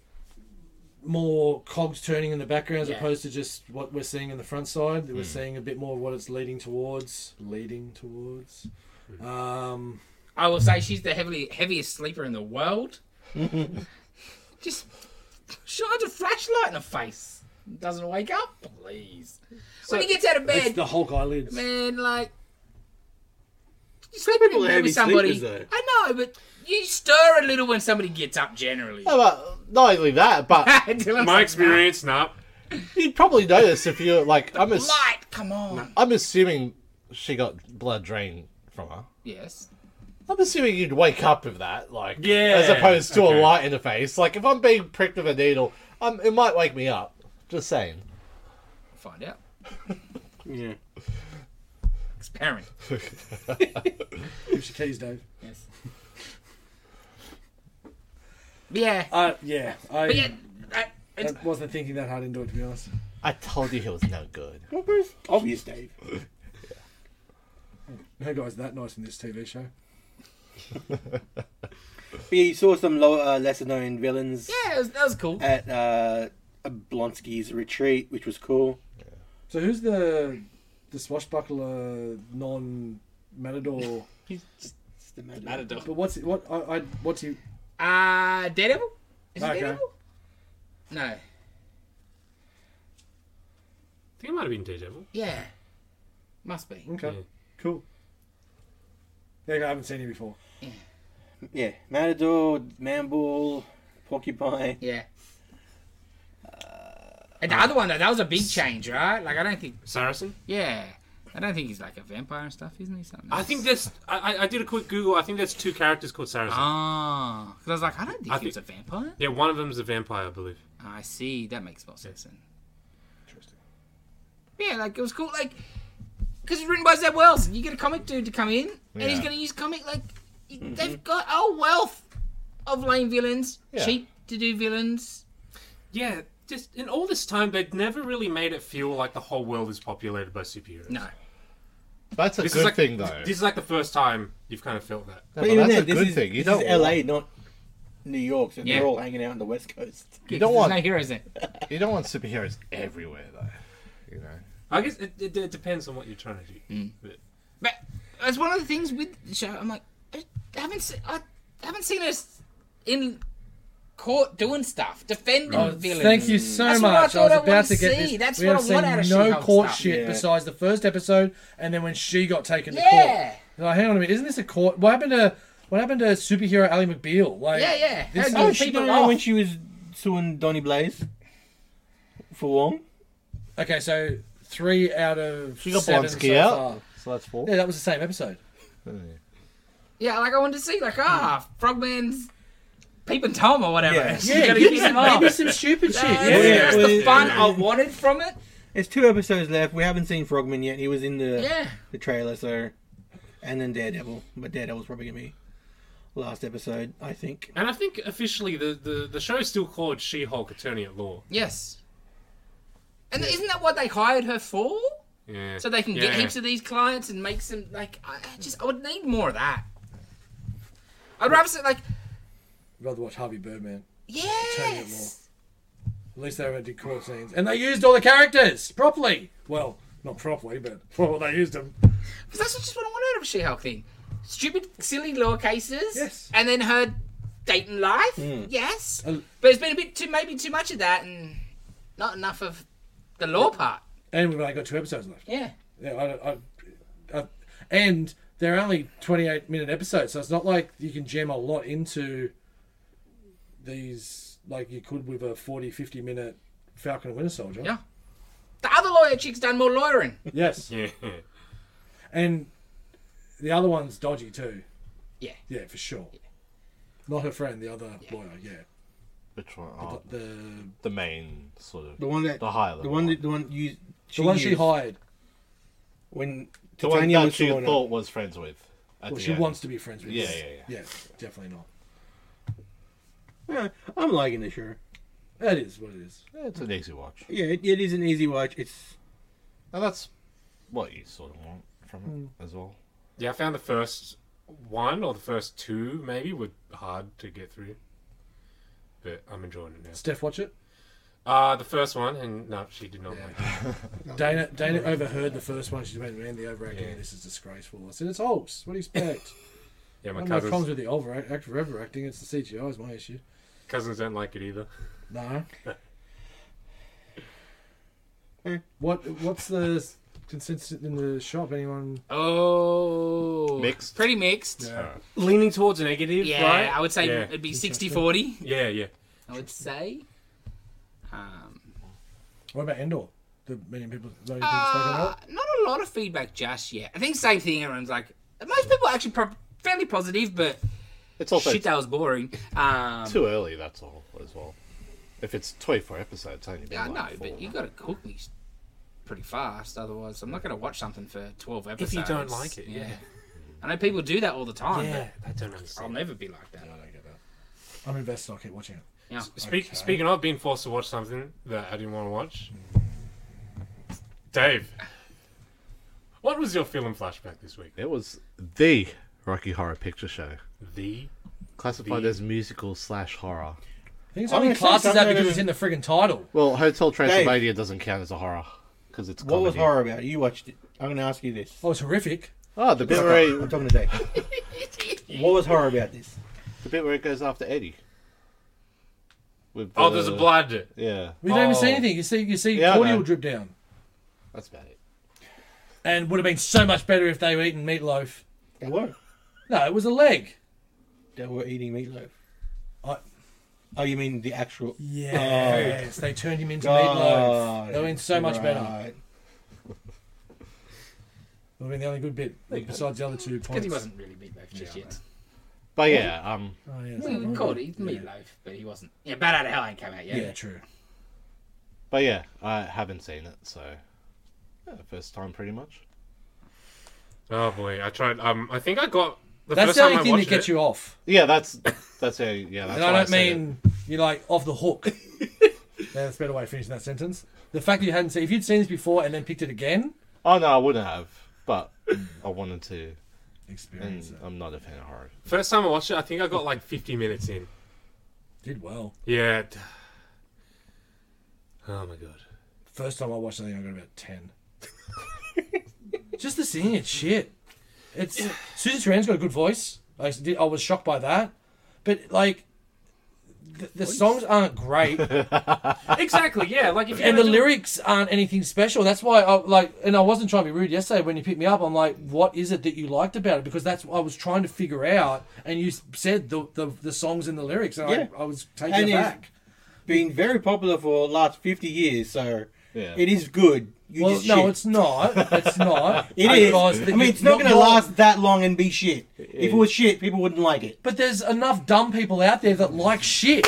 more cogs turning in the background as
Yeah.
opposed to just what we're seeing in the front side. We're seeing a bit more of what it's leading towards, leading towards. Um,
I will say she's the heavily heaviest sleeper in the world. just shines a flashlight in her face. Doesn't wake up, please. when he gets out of
it's
bed,
the Hulk eyelids.
man, like you sleeping in
People are
bed
heavy
with somebody.
sleepers, though.
I know, but you stir a little when somebody gets up. Generally,
Oh.
No, but not only that, but
Dylan's
My
like,
experience, nah.
you'd probably notice if you're like, I'm, ass-
Light, come on.
I'm assuming she got blood drained from her.
Yes.
I'm assuming you'd wake up with that, like,
Yeah,
as opposed to
okay.
a light in the face. Like, if I'm being pricked with a needle, um, it might wake me up. Just saying.
Find out.
Yeah.
Experiment.
Give your keys, Dave.
Yes. But yeah.
Uh, yeah, I
But yeah, that, it's,
I wasn't thinking that hard into it to be honest.
I told you he was no good.
Well, but it's obvious, Dave.
No guy's that nice in this TV show.
But yeah, you saw some lower, uh, lesser known villains
yeah, it was, that was cool.
at uh, Blonsky's retreat, which was cool.
So who's the the swashbuckler non matador?
He's just it's the matter.
But what's what I, I what's he?
Uh, Daredevil? Is it
Okay.
Daredevil? No.
I think it might have been Daredevil.
Yeah. Must be.
Okay,
Yeah.
cool. Yeah, I haven't seen him before.
Yeah, Matador, Manbull, Porcupine.
Yeah. and the other one, though, that was a big change, right? Like, I don't think.
Saracen.
Yeah. I don't think he's like a vampire and stuff, isn't he? Something.
I think that's. I, I- I did a quick Google. I think that's two characters called Saracen.
Ah. Because I was like, I don't think
I
he was a
think-
vampire.
Yeah, one of them's a vampire, I believe.
I see. That makes more sense then. Interesting. Yeah, like, it was cool. Like, because it's written by Zeb Wells. and You get a comic dude to come in, and he's
Yeah.
going to use comic, like, y- they've got. Oh, wealth. of lame villains,
Yeah.
cheap to do villains.
Yeah, just in all this time, they'd never really made it feel like the whole world is populated by superheroes.
No.
That's a
This
good
is like,
thing, though.
This is like the first time you've kind of felt that.
No,
But
but
even
that's
then,
a
this
good
is,
thing. You
this
don't
is
want-
LA, not New York, so
Yeah.
they're all hanging out on the West Coast.
You
Yeah,
don't
'cause
want-
there's no heroes there.
You don't want superheroes everywhere, though. You know.
I guess it, it, it depends on what you're trying to do.
Hmm.
But
But that's one of the things with the show. I'm like, I haven't seen, I haven't seen us in court doing stuff, defending
Oh,
villains.
thank you so
That's what I
much. I,
thought
was
I
about
wanted
to
to
get
see.
this.
That's
we
what
have
I
seen
want out of
no
She-Hulk
court
stuff.
shit
Yeah.
besides the first episode, and then when she got taken to
Yeah.
court. Like, hang on a minute, isn't this a court? What happened to what happened to superhero Ally McBeal? Like,
Yeah, yeah.
this
How
is-
good
she
people
don't
off.
know when she was suing Donny Blaze for Wong.
Okay, so three out of
She got
seven
Blonsky
so
out.
far.
So that's four.
Yeah, that was the same episode.
Yeah, like I wanted to see, like, ah, Frogman's Peeping Tom or whatever.
Yeah.
You gotta get him off.
maybe some stupid shit.
That's,
Yeah,
that's the
Yeah.
fun I wanted from it.
There's two episodes left. We haven't seen Frogman yet. He was in the
Yeah.
the trailer, so and then Daredevil, but Daredevil's probably gonna be last episode, I think.
and I think officially the the, the show is still called She-Hulk Attorney at Law.
Yes. And isn't that what they hired her for?
Yeah.
So they can get
Yeah.
heaps of these clients and make some like I I just I would need more of that. I'd rather say like
I'd rather watch Harvey Birdman.
yes.
At least they ever did court scenes, and they used all the characters properly. Well, not properly, but well, they used them.
Because that's just what I wanted out of a She-Hulk thing. Stupid, silly law cases.
Yes.
And then her dating life. Yes.
And-
But it's been Hmm. a bit too maybe too much of that and not enough of the law part.
And we've only got two episodes left.
Yeah.
Yeah, I, I, I, and they're only 28 minute episodes, so it's not like you can jam a lot into these like you could with a 40, 50 minute Falcon and Winter Soldier.
Yeah. The other lawyer chick's done more lawyering.
Yes.
Yeah.
And the other one's dodgy too.
Yeah.
Yeah, for sure. Not her friend, the other lawyer, yeah.
Which one? Oh,
The,
the main sort of.
The one that
The higher
the
level
one
one.
that the one you
the one she
used
hired.
when
The one
Titania
that
was
she
suing her.
thought was friends with. at
Well,
the
she
end.
wants to be friends with.
Yeah, yeah, yeah.
Yeah, definitely not.
Yeah, I'm liking the show.
That is what it is.
Yeah, it's an easy watch,
Yeah, it, it is an easy watch. It's
and that's what you sort of want from
Hmm.
it as well.
yeah, I found the first one or the first two maybe were hard to get through. But I'm enjoying it now.
Steph, watch it.
Uh, the first one, and no, she did not like it.
Dana Dana overheard the first one. She went, "Man, the overacting. in This is disgraceful." I said, "It's Olves. What do you expect?"
Yeah,
I
my
have no problems
cousins,
with the overact, act- overacting. It's the CGI is my issue.
cousins don't like it either.
No. Eh, what What's the consensus in the shop? Anyone? uh,
Oh.
Mixed?
Pretty mixed.
Leaning towards negative,
Yeah, I would say
Yeah.
it'd be 60 40.
Yeah, yeah.
I would say. Um,
What about Endor? The million people. Million people spoken
uh,
about?
not a lot of feedback just yet. I think same thing. Everyone's like, most people are actually pro- fairly positive, but
It's also
shit, that was boring. Um,
too early. That's all as well. If it's twenty-four episodes, only been
yeah, I know,
like four.
but you got to cook me s- pretty fast. Otherwise, I'm not going to watch something for 12 episodes.
If you don't like it, yeah.
I know people do that all the time,
Yeah, I don't
but I'll
understand.
never be like that.
I don't get that. I'm invested. I'll keep watching it.
Yeah.
Speak,
Okay.
Speaking of being forced to watch something that I didn't want to watch, Dave, what was your film flashback this week?
It was the Rocky Horror Picture Show,
The
classified as musical slash horror.
I think it's
I'm
only
gonna say
classes that
something
because
that
it's in the friggin' title.
Well, Hotel Transylvania doesn't count as a horror because it's
what
comedy.
was horror about? You watched it. I'm gonna ask you this.
Oh, it's horrific.
Oh, the bit where
I'm
he,
talking to Dave. what was horror about this?
the bit where it goes after Eddie. With
oh,
the-
there's a blood.
Yeah,
We don't even see
Oh.
anything. You see, you see
Yeah, I
cordial
know.
drip down.
that's about it.
And would have been so much better if they were eating meatloaf.
They were.
No, it was a leg.
They were eating meatloaf.
I-
Oh, you mean the actual?
Yes, they turned him into meatloaf.
God.
They were in so much better.
Right.
I mean, the only good bit besides the other two
Because
points.
he wasn't really meatloaf just yet.
But yeah, um,
Oh, yes.
Well, we called it meatloaf, but he wasn't. Yeah, Bad Out of Hell ain't come out yet.
Yeah, true.
but yeah, I haven't seen it, so yeah, first time pretty much.
Oh boy, I tried. Um, I think I got the
That's
first
the
time
only
I
thing that
watched
gets
it-
you off.
Yeah, that's that's how. Yeah, that's
And
why
I don't
said it.
mean you're like off the hook. yeah, that's a better way of finishing that sentence. The fact that you hadn't seen, if you'd seen this before and then picked it again,
Oh no, I wouldn't have, but I wanted to.
experience
And I'm not a fan of horror.
First time I watched it, I think I got like 50 minutes in.
did well.
Yeah. d- Oh my god.
First time I watched something, I got about ten. Just the singing, it's shit. It's Susan Sarandon's got a good voice. I s- did- I was shocked by that, but like, the, the songs aren't great,
Exactly. Yeah. Like if you
and the lyrics aren't anything special. That's why I like, and I wasn't trying to be rude yesterday when you picked me up. I'm like, what is it that you liked about it? Because that's what I was trying to figure out, and you s- said the the, the songs and the lyrics, and
Yeah.
I, I was taken
And it's-
aback.
Been very popular for the last 50 years, so
Yeah.
it is good. You
Well,
just
no,
shit.
it's not. It's not.
It
I
is.
realised
I
that
mean,
you-
it's not
you're-
going to last that long and be shit. If it was shit, people wouldn't like it.
But there's enough dumb people out there that like shit.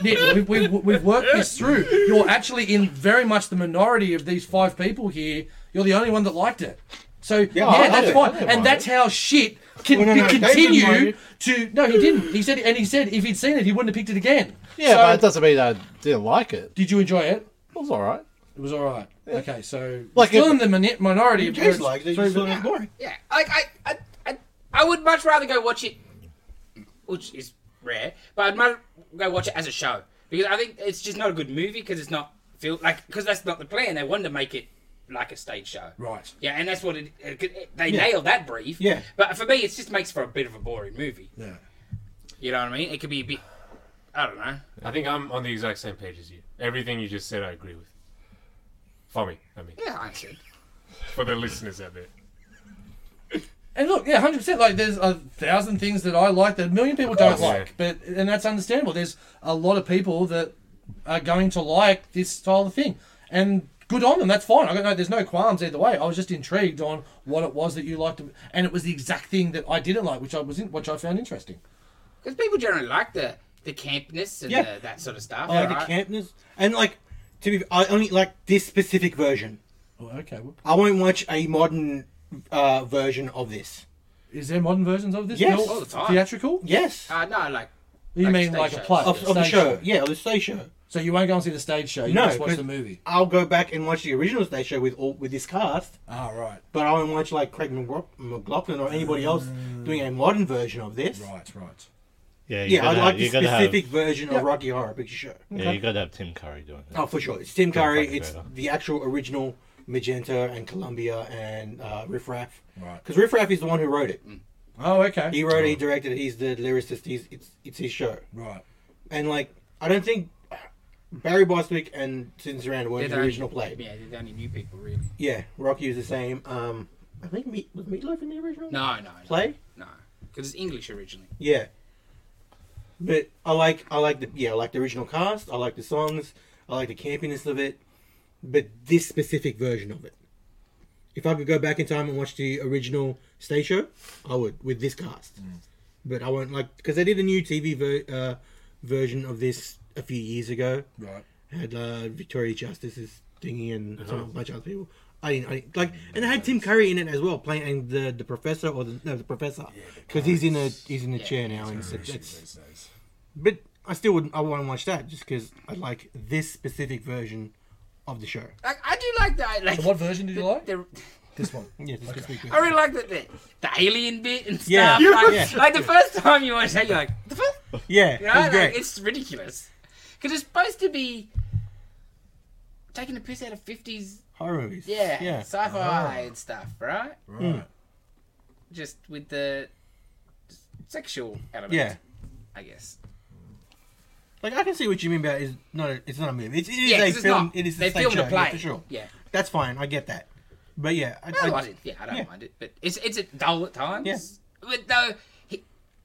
Nick, we've, we've, we've worked this through. You're actually in very much the minority of these five people here. You're the only one that liked it. So yeah,
I liked
that's
it.
fine,
I
and that's how shit can
Well, no,
be
no, they didn't mind
continue
it.
to. No, he didn't. He said, and he said, if he'd seen it, he wouldn't have picked it again.
Yeah, but it
So,
doesn't mean I didn't like it.
did you enjoy it?
It was all right.
It was all right. Okay, so
Like
still
it-
in the mini- minority. of
Just
those
like
three
it, just
people-
don't ignore it.
Yeah, like I, I, I, I would much rather go watch it, which is rare, but I'd much go watch it as a show because I think it's just not a good movie because it's not feel like because that's not the plan. They wanted to make it like a stage show,
Right.
Yeah, and that's what it. it they nailed that brief.
Yeah.
but for me, it just makes for a bit of a boring movie.
Yeah.
You know what I mean? It could be a bit. I don't know.
I think I'm on the exact same page as you. Everything you just said, I agree with. For me, I mean,
Yeah, I see.
for the listeners out there.
And look, yeah, hundred percent. Like, there's a thousand things that I like that a million people don't
course.
like, but and that's understandable. There's a lot of people that are going to like this style of thing, and good on them. That's fine. I got no, there's no qualms either way. I was just intrigued on what it was that you liked, and it was the exact thing that I didn't like, which I was in, which I found interesting.
Because people generally like the the campness and
Yeah.
the, that sort of stuff.
I like
right?
the campness. And, like, to be, I only like this specific version.
Oh, okay. Well,
I won't watch a modern uh, version of this.
is there modern versions of this?
Yes.
Real-
All the time.
theatrical.
Yes.
Uh, no, like
You
Like
mean
stage
like a
shows.
play
of,
a
of the
stage
show. Yeah, of the stage show.
So you won't go and see the stage show. You
No,
just watch
'cause-
the movie.
I'll go back and watch the original stage show with all with this cast,
Ah, right,
but I won't watch like Craig McLaugh- McLaughlin or anybody else doing a modern version of this.
right, right.
Yeah, you
Yeah, I
gotta,
like the
you gotta have,
specific version of Rocky Horror Picture Show.
yeah, you gotta have Tim Curry doing it.
Oh, for sure. It's Tim Curry.
fucking
It's
better.
the actual original Magenta and Columbia and uh, Riff Raff.
Right.
Because Riff Raff is the one who wrote it.
Oh, okay.
He wrote it. He directed it. He's the lyricist. He's it's it's his show.
right.
And like, I don't think Barry Bostwick and Susan Sarandon were
they're
in
the
the
only-
original play.
Yeah, they're the only new people really.
Yeah, Rocky was the same. Um, I think Meat was Meatloaf in the original
No, no, no.
play.
No, because it's English originally.
Yeah, but I like I like the yeah I like the original cast. I like the songs. I like the campiness of it. But this specific version of it, if I could go back in time and watch the original stage show, I would with this cast. But I won't like because they did a new TV ver- uh, version of this a few years ago.
Right.
had uh, Victoria Justice's thingy and some, a bunch of other people. I didn't, I didn't like, and it had Tim Curry in it as well, playing and the the professor or the no the professor because he's in a he's in a chair now and it's, it's- but I still wouldn't I wouldn't watch that just because I like this specific version of the show.
Like I do like that. Like
What version did you like?
the-
This one.
Yeah, this specific
I really like the, the the alien bit and stuff.
Yeah.
like,
Yeah.
like the first time you watch that, you're like, the fuck?
yeah,
You
it
know,
was
like,
great.
it's ridiculous because it's supposed to be taking the piss out of fifties,
Horror movies.
yeah,
yeah. Oh.
sci-fi and stuff, right?
Right.
Just with the sexual element,
Yeah.
I guess.
Like I can see what you mean about is not a, it's not a movie. It's, it is
Yeah, 'cause
a
it's
film.
not.
It is a
they
stage
filmed a
show yeah,
play
for sure.
Yeah.
That's fine. I get that. But yeah, I,
I
I-
like it. Yeah, I don't
yeah.
mind it. But is is it dull at times?
Yeah.
But though he,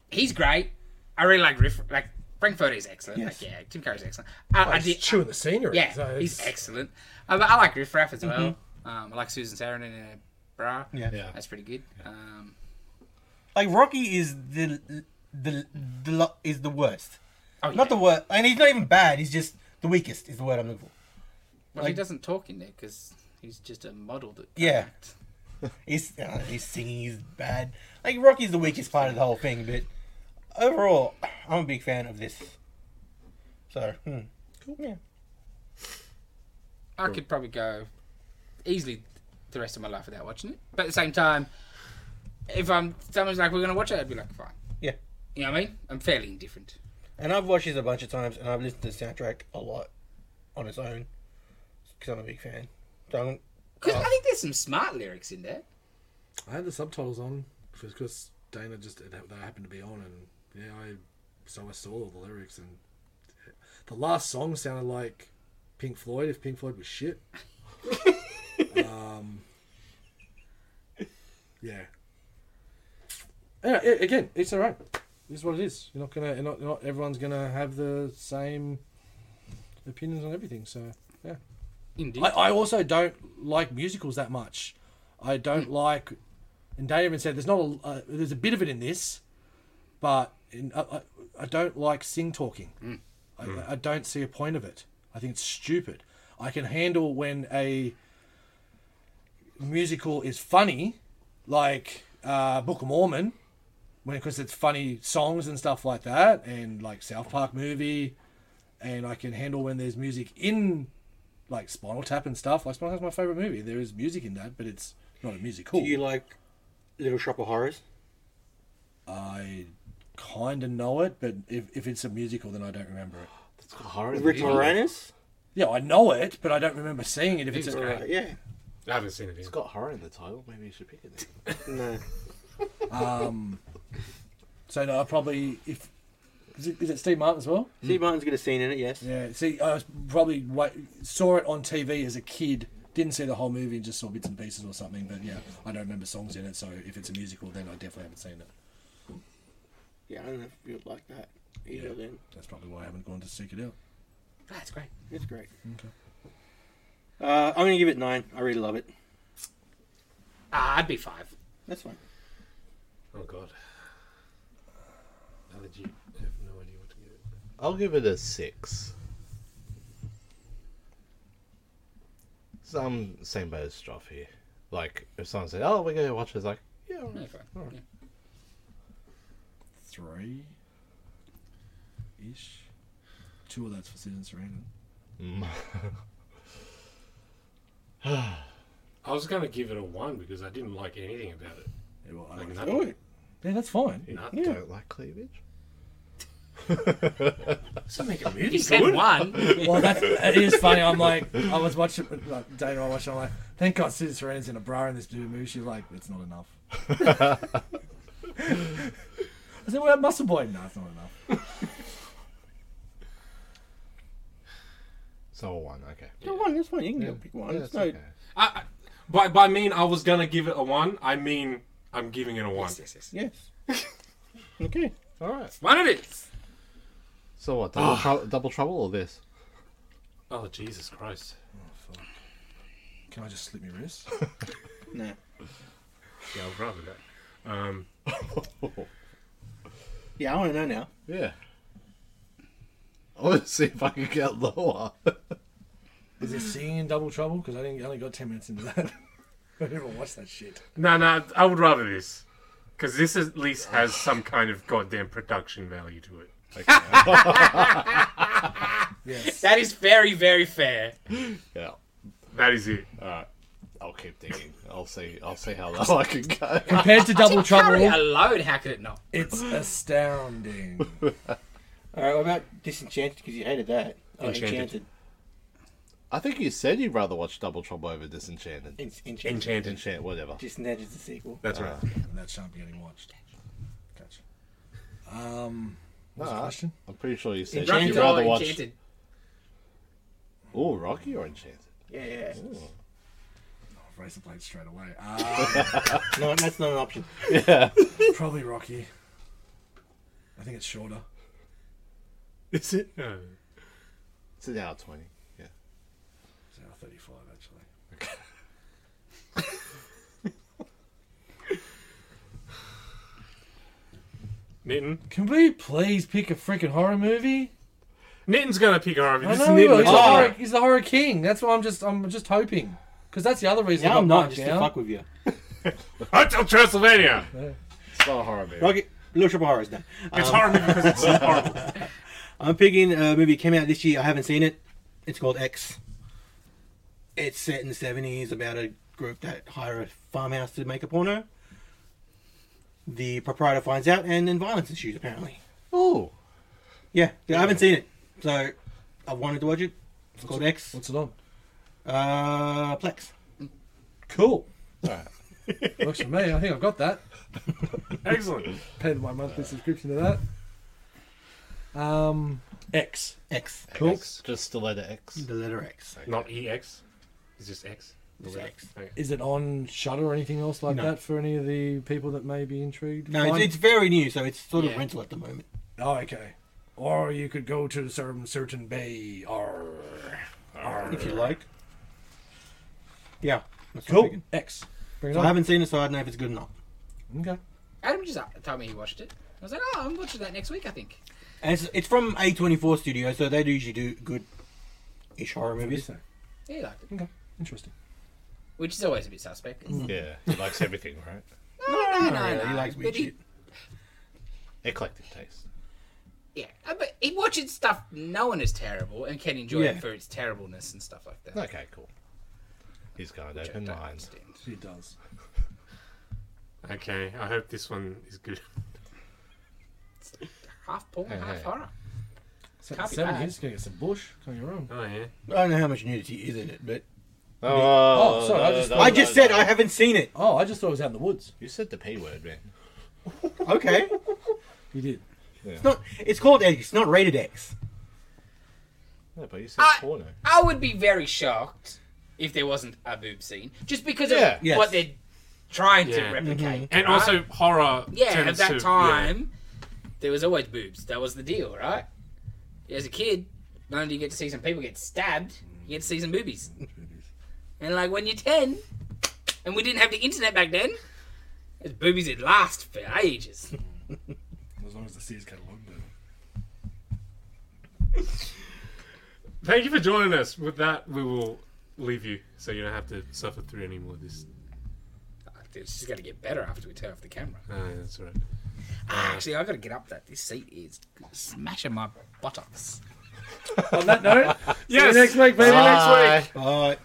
he's great. I really like Riff. Like Frankfurter is excellent.
Yes.
Like yeah, Tim Curry's excellent. I, I
He's
did.
chewing the scenery.
Yeah,
so
he's
it's-
excellent. Uh, but I like Riff Raff as well. Um, I like Susan Sarandon in a bra.
Mm-hmm. Yeah.
Yeah.
That's pretty good. Um,
like Rocky is the the the lo- is the worst.
oh, yeah.
Not the worst, and he's not even bad. He's just the weakest. Is the word I'm looking for.
Well, he doesn't talk in there because he's just a model that.
Yeah.
can't act.
His, uh, his singing is bad. Like Rocky's the weakest part of the whole thing, but overall, I'm a big fan of this. So, hmm. cool. Yeah.
I could probably go easily the rest of my life without watching it. But at the same time, if I'm someone's like, we're going to watch it, I'd be like, fine.
Yeah.
You know what I mean? I'm fairly indifferent.
And I've watched this a bunch of times, and I've listened to the soundtrack a lot on its own because I'm a big fan. So I'm,
Because I think there's some smart lyrics in there.
I had the subtitles on because Dana just it, they happened to be on, and yeah, I so I saw all the lyrics, and the last song sounded like Pink Floyd if Pink Floyd was shit. um, yeah. Yeah. a- Again, it's all right. This is what it is. You're not gonna. You're not, you're not. Everyone's gonna have the same opinions on everything. So yeah.
Indeed.
I, I also don't like musicals that much. I don't like, and Dave even said there's not a uh, there's a bit of it in this, but in, I, I, I don't like sing talking. I, I don't see a point of it. I think it's stupid. I can handle when a musical is funny, like uh, Book of Mormon, when because it's funny songs and stuff like that, and like South Park movie, and I can handle when there's music in like Spinal Tap and stuff. Like Spinal Tap's my favorite movie. There is music in that, but it's not a musical.
Do you like Little Shop of Horrors?
I kind of know it, but if, if it's a musical, then I don't remember it.
It's got horror.
Rick
in it.
Moranis?
Yeah, I know it, but I don't remember seeing it. If it's,
It's
a,
great.
Yeah.
I haven't seen it
It's
yet.
got horror in the title. Maybe you should pick it. then.
No.
um, so no, I probably if is it, is it Steve Martin as well?
Steve Martin's got a scene in it, yes.
Yeah. See, I was probably wa saw it on TV as a kid. Didn't see the whole movie and just saw bits and pieces or something. But yeah, I don't remember songs in it. So if it's a musical, then I definitely haven't seen it.
Yeah, I don't know if you'd like that either
Yeah.
then.
That's probably why I haven't gone to seek it out.
That's great.
It's great. Uh, I'm going to give it nine. I really love it.
Ah, I'd be five.
That's fine.
Oh god. I legit have no idea what to give it.
I'll give it a six. So I'm same boat as Stroff here. Like if someone said, "Oh, we're gonna watch," this," like, "Yeah, all
Yeah,
right.
fine. Yeah.
three ish. Two of that's for Sid and Sarandon.
Mm.
I was gonna give it a one because I didn't like anything about it.
Yeah, well, I
Like
don't
nothing.
Oh,
yeah, that's fine.
Nah,
you don't like cleavage."
Doesn't make a
If you
movie
said
good.
one,
Well, that's, it is funny. I'm like, I was watching, like, Dana, and I watched, I'm like, thank God Sid and Sarandon's in a bra in this dude movie. She's like, it's not enough. I said, well, that muscle boy. No, it's not enough.
So a one, okay.
No, one, that's fine. You can go pick one.
Yeah, that's
it's no,
okay.
I, I- by by mean I was gonna give it a one. I mean I'm giving it a one.
yes, yes, yes.
Yes. okay.
All right.
one of it. is.
So what? Double, trou- double trouble or this?
Oh Jesus Christ!
Oh, Can I just slip my wrist?
Nah.
Yeah, I'd rather that. Um,
Yeah, I want to know now.
Yeah. I want to see if I can get lower.
Is it singing in double trouble? Because I didn't I only got ten minutes into that. I never watched that shit.
no, no, I would rather this because this at least has some kind of goddamn production value to it.
Yes.
That is very, very fair.
yeah.
That is it.
I'll keep digging. I'll see. I'll see how low I can go.
Compared to double
Carry
trouble,
alone, how could it not?
it's astounding.
All right, what about Disenchanted? Because you hated that. Oh,
Enchanted.
Enchanted.
I think you said you'd rather watch Double Trouble over Disenchanted.
En- Enchanted.
Enchanted.
Enchant, whatever.
Disenchanted is the sequel.
That's right.
and that shan't be getting watched. Gotcha. Um, what was the
Nah.
question?
I'm pretty sure you said
Rocky
you'd
Rocky Horror
rather watch.
Enchanted.
Oh, Rocky or Enchanted?
Yeah, yeah.
I've raised Oh, the blade straight away. Uh,
No, that's not an option.
probably Rocky. I think it's shorter.
Is it? No.
It's an hour twenty. Yeah.
It's hour 35, actually.
Nitten.
Can we please pick a freaking horror movie?
Nitten's gonna pick her over.
I
This
know,
is
he's,
Nitten.
the
It's all
Oh.
horror,
right.
he's the horror king. That's why I'm just I'm just hoping. Because that's the other reason
Yeah,
I got
I'm not
knocked
just to
down.
fuck with you.
Hotel Transylvania.
It's not a horror movie.
Rocket, Little Shop of Horrors. No.
It's horrible because it's so horrible.
I'm picking a movie that came out this year. I haven't seen it. It's called X. It's set in the 70s about a group that hire a farmhouse to make a porno. The proprietor finds out, and then violence ensues, apparently.
Oh,
Yeah, I haven't seen it. So I wanted to watch it. It's called X.
What's it on?
Uh, Plex.
Cool.
Alright.
Works for me. I think I've got that.
Excellent.
Paid my monthly subscription to that. Um, X.
X.
Cool.
X, just the letter X.
The letter X.
Not E EX. It's just X.
It's X.
Is it on Shutter or anything else like
No.
that for any of the people that may be intrigued?
No, it's,
Fine.
it's very new, so it's sort
Yeah.
of rental at the moment.
Oh, okay. Or you could go to some certain bay. Or
If you like. Yeah. That's what I'm
cool.
thinking.
X. Bring it
So I
on.
haven't seen it, so I don't know if it's good or not.
Okay.
Adam just uh, told me he watched it. I was like, oh, I'm watching that next week, I think.
And it's, it's from A24 Studio, so they do usually do good ish horror movies.
Yeah, he liked it.
Interesting.
Which is always a bit suspect. No,
Yeah, he likes everything, right?
no, no, no.
Oh, He likes weird
but he-
shit.
Eclectic taste.
Yeah, uh, but he watches stuff known as terrible and can enjoy
Yeah.
it for its terribleness and stuff like that.
Okay, cool. He's got an
Which I
open
don't
mind.
understand.
She does.
Okay, I hope this one is good.
Half porn,
Hey,
half
hey.
horror.
So
Can't be
seven
bad.
years ago, it's a bush. Can't get wrong.
Oh yeah.
I don't know how much nudity is in it, but.
Oh,
Oh, sorry, I just-
I just said I haven't seen it.
Oh, I just thought it was out in the woods.
You said the P word, man.
Okay.
You did.
It's not. It's called X. It's not rated X.
No, but you said
I-
porno.
I would be very shocked if there wasn't a boob scene, just because
Yeah. Mm-hmm.
of
Yes.
what they're trying
Yeah.
to replicate.
And
right?
also horror.
yeah, at
tends
that
to-
time, there was always boobs. That was the deal, right? As a kid, not only do you get to see some people get stabbed, you get to see some boobies. and like when you're ten, and we didn't have the internet back then, those boobies would last for ages.
As long as the C's catalog, but
yeah. Thank you for joining us. With that, we will leave you so you don't have to suffer through any more of this.
Fuck, dude, It's just gonna get better after we turn off the camera.
Ah, that's all right.
Ah, Actually, I gotta get up that. This seat is smashing my buttocks.
on that note,
Yes.
next week, baby.
Ah.
See you next week.
All right.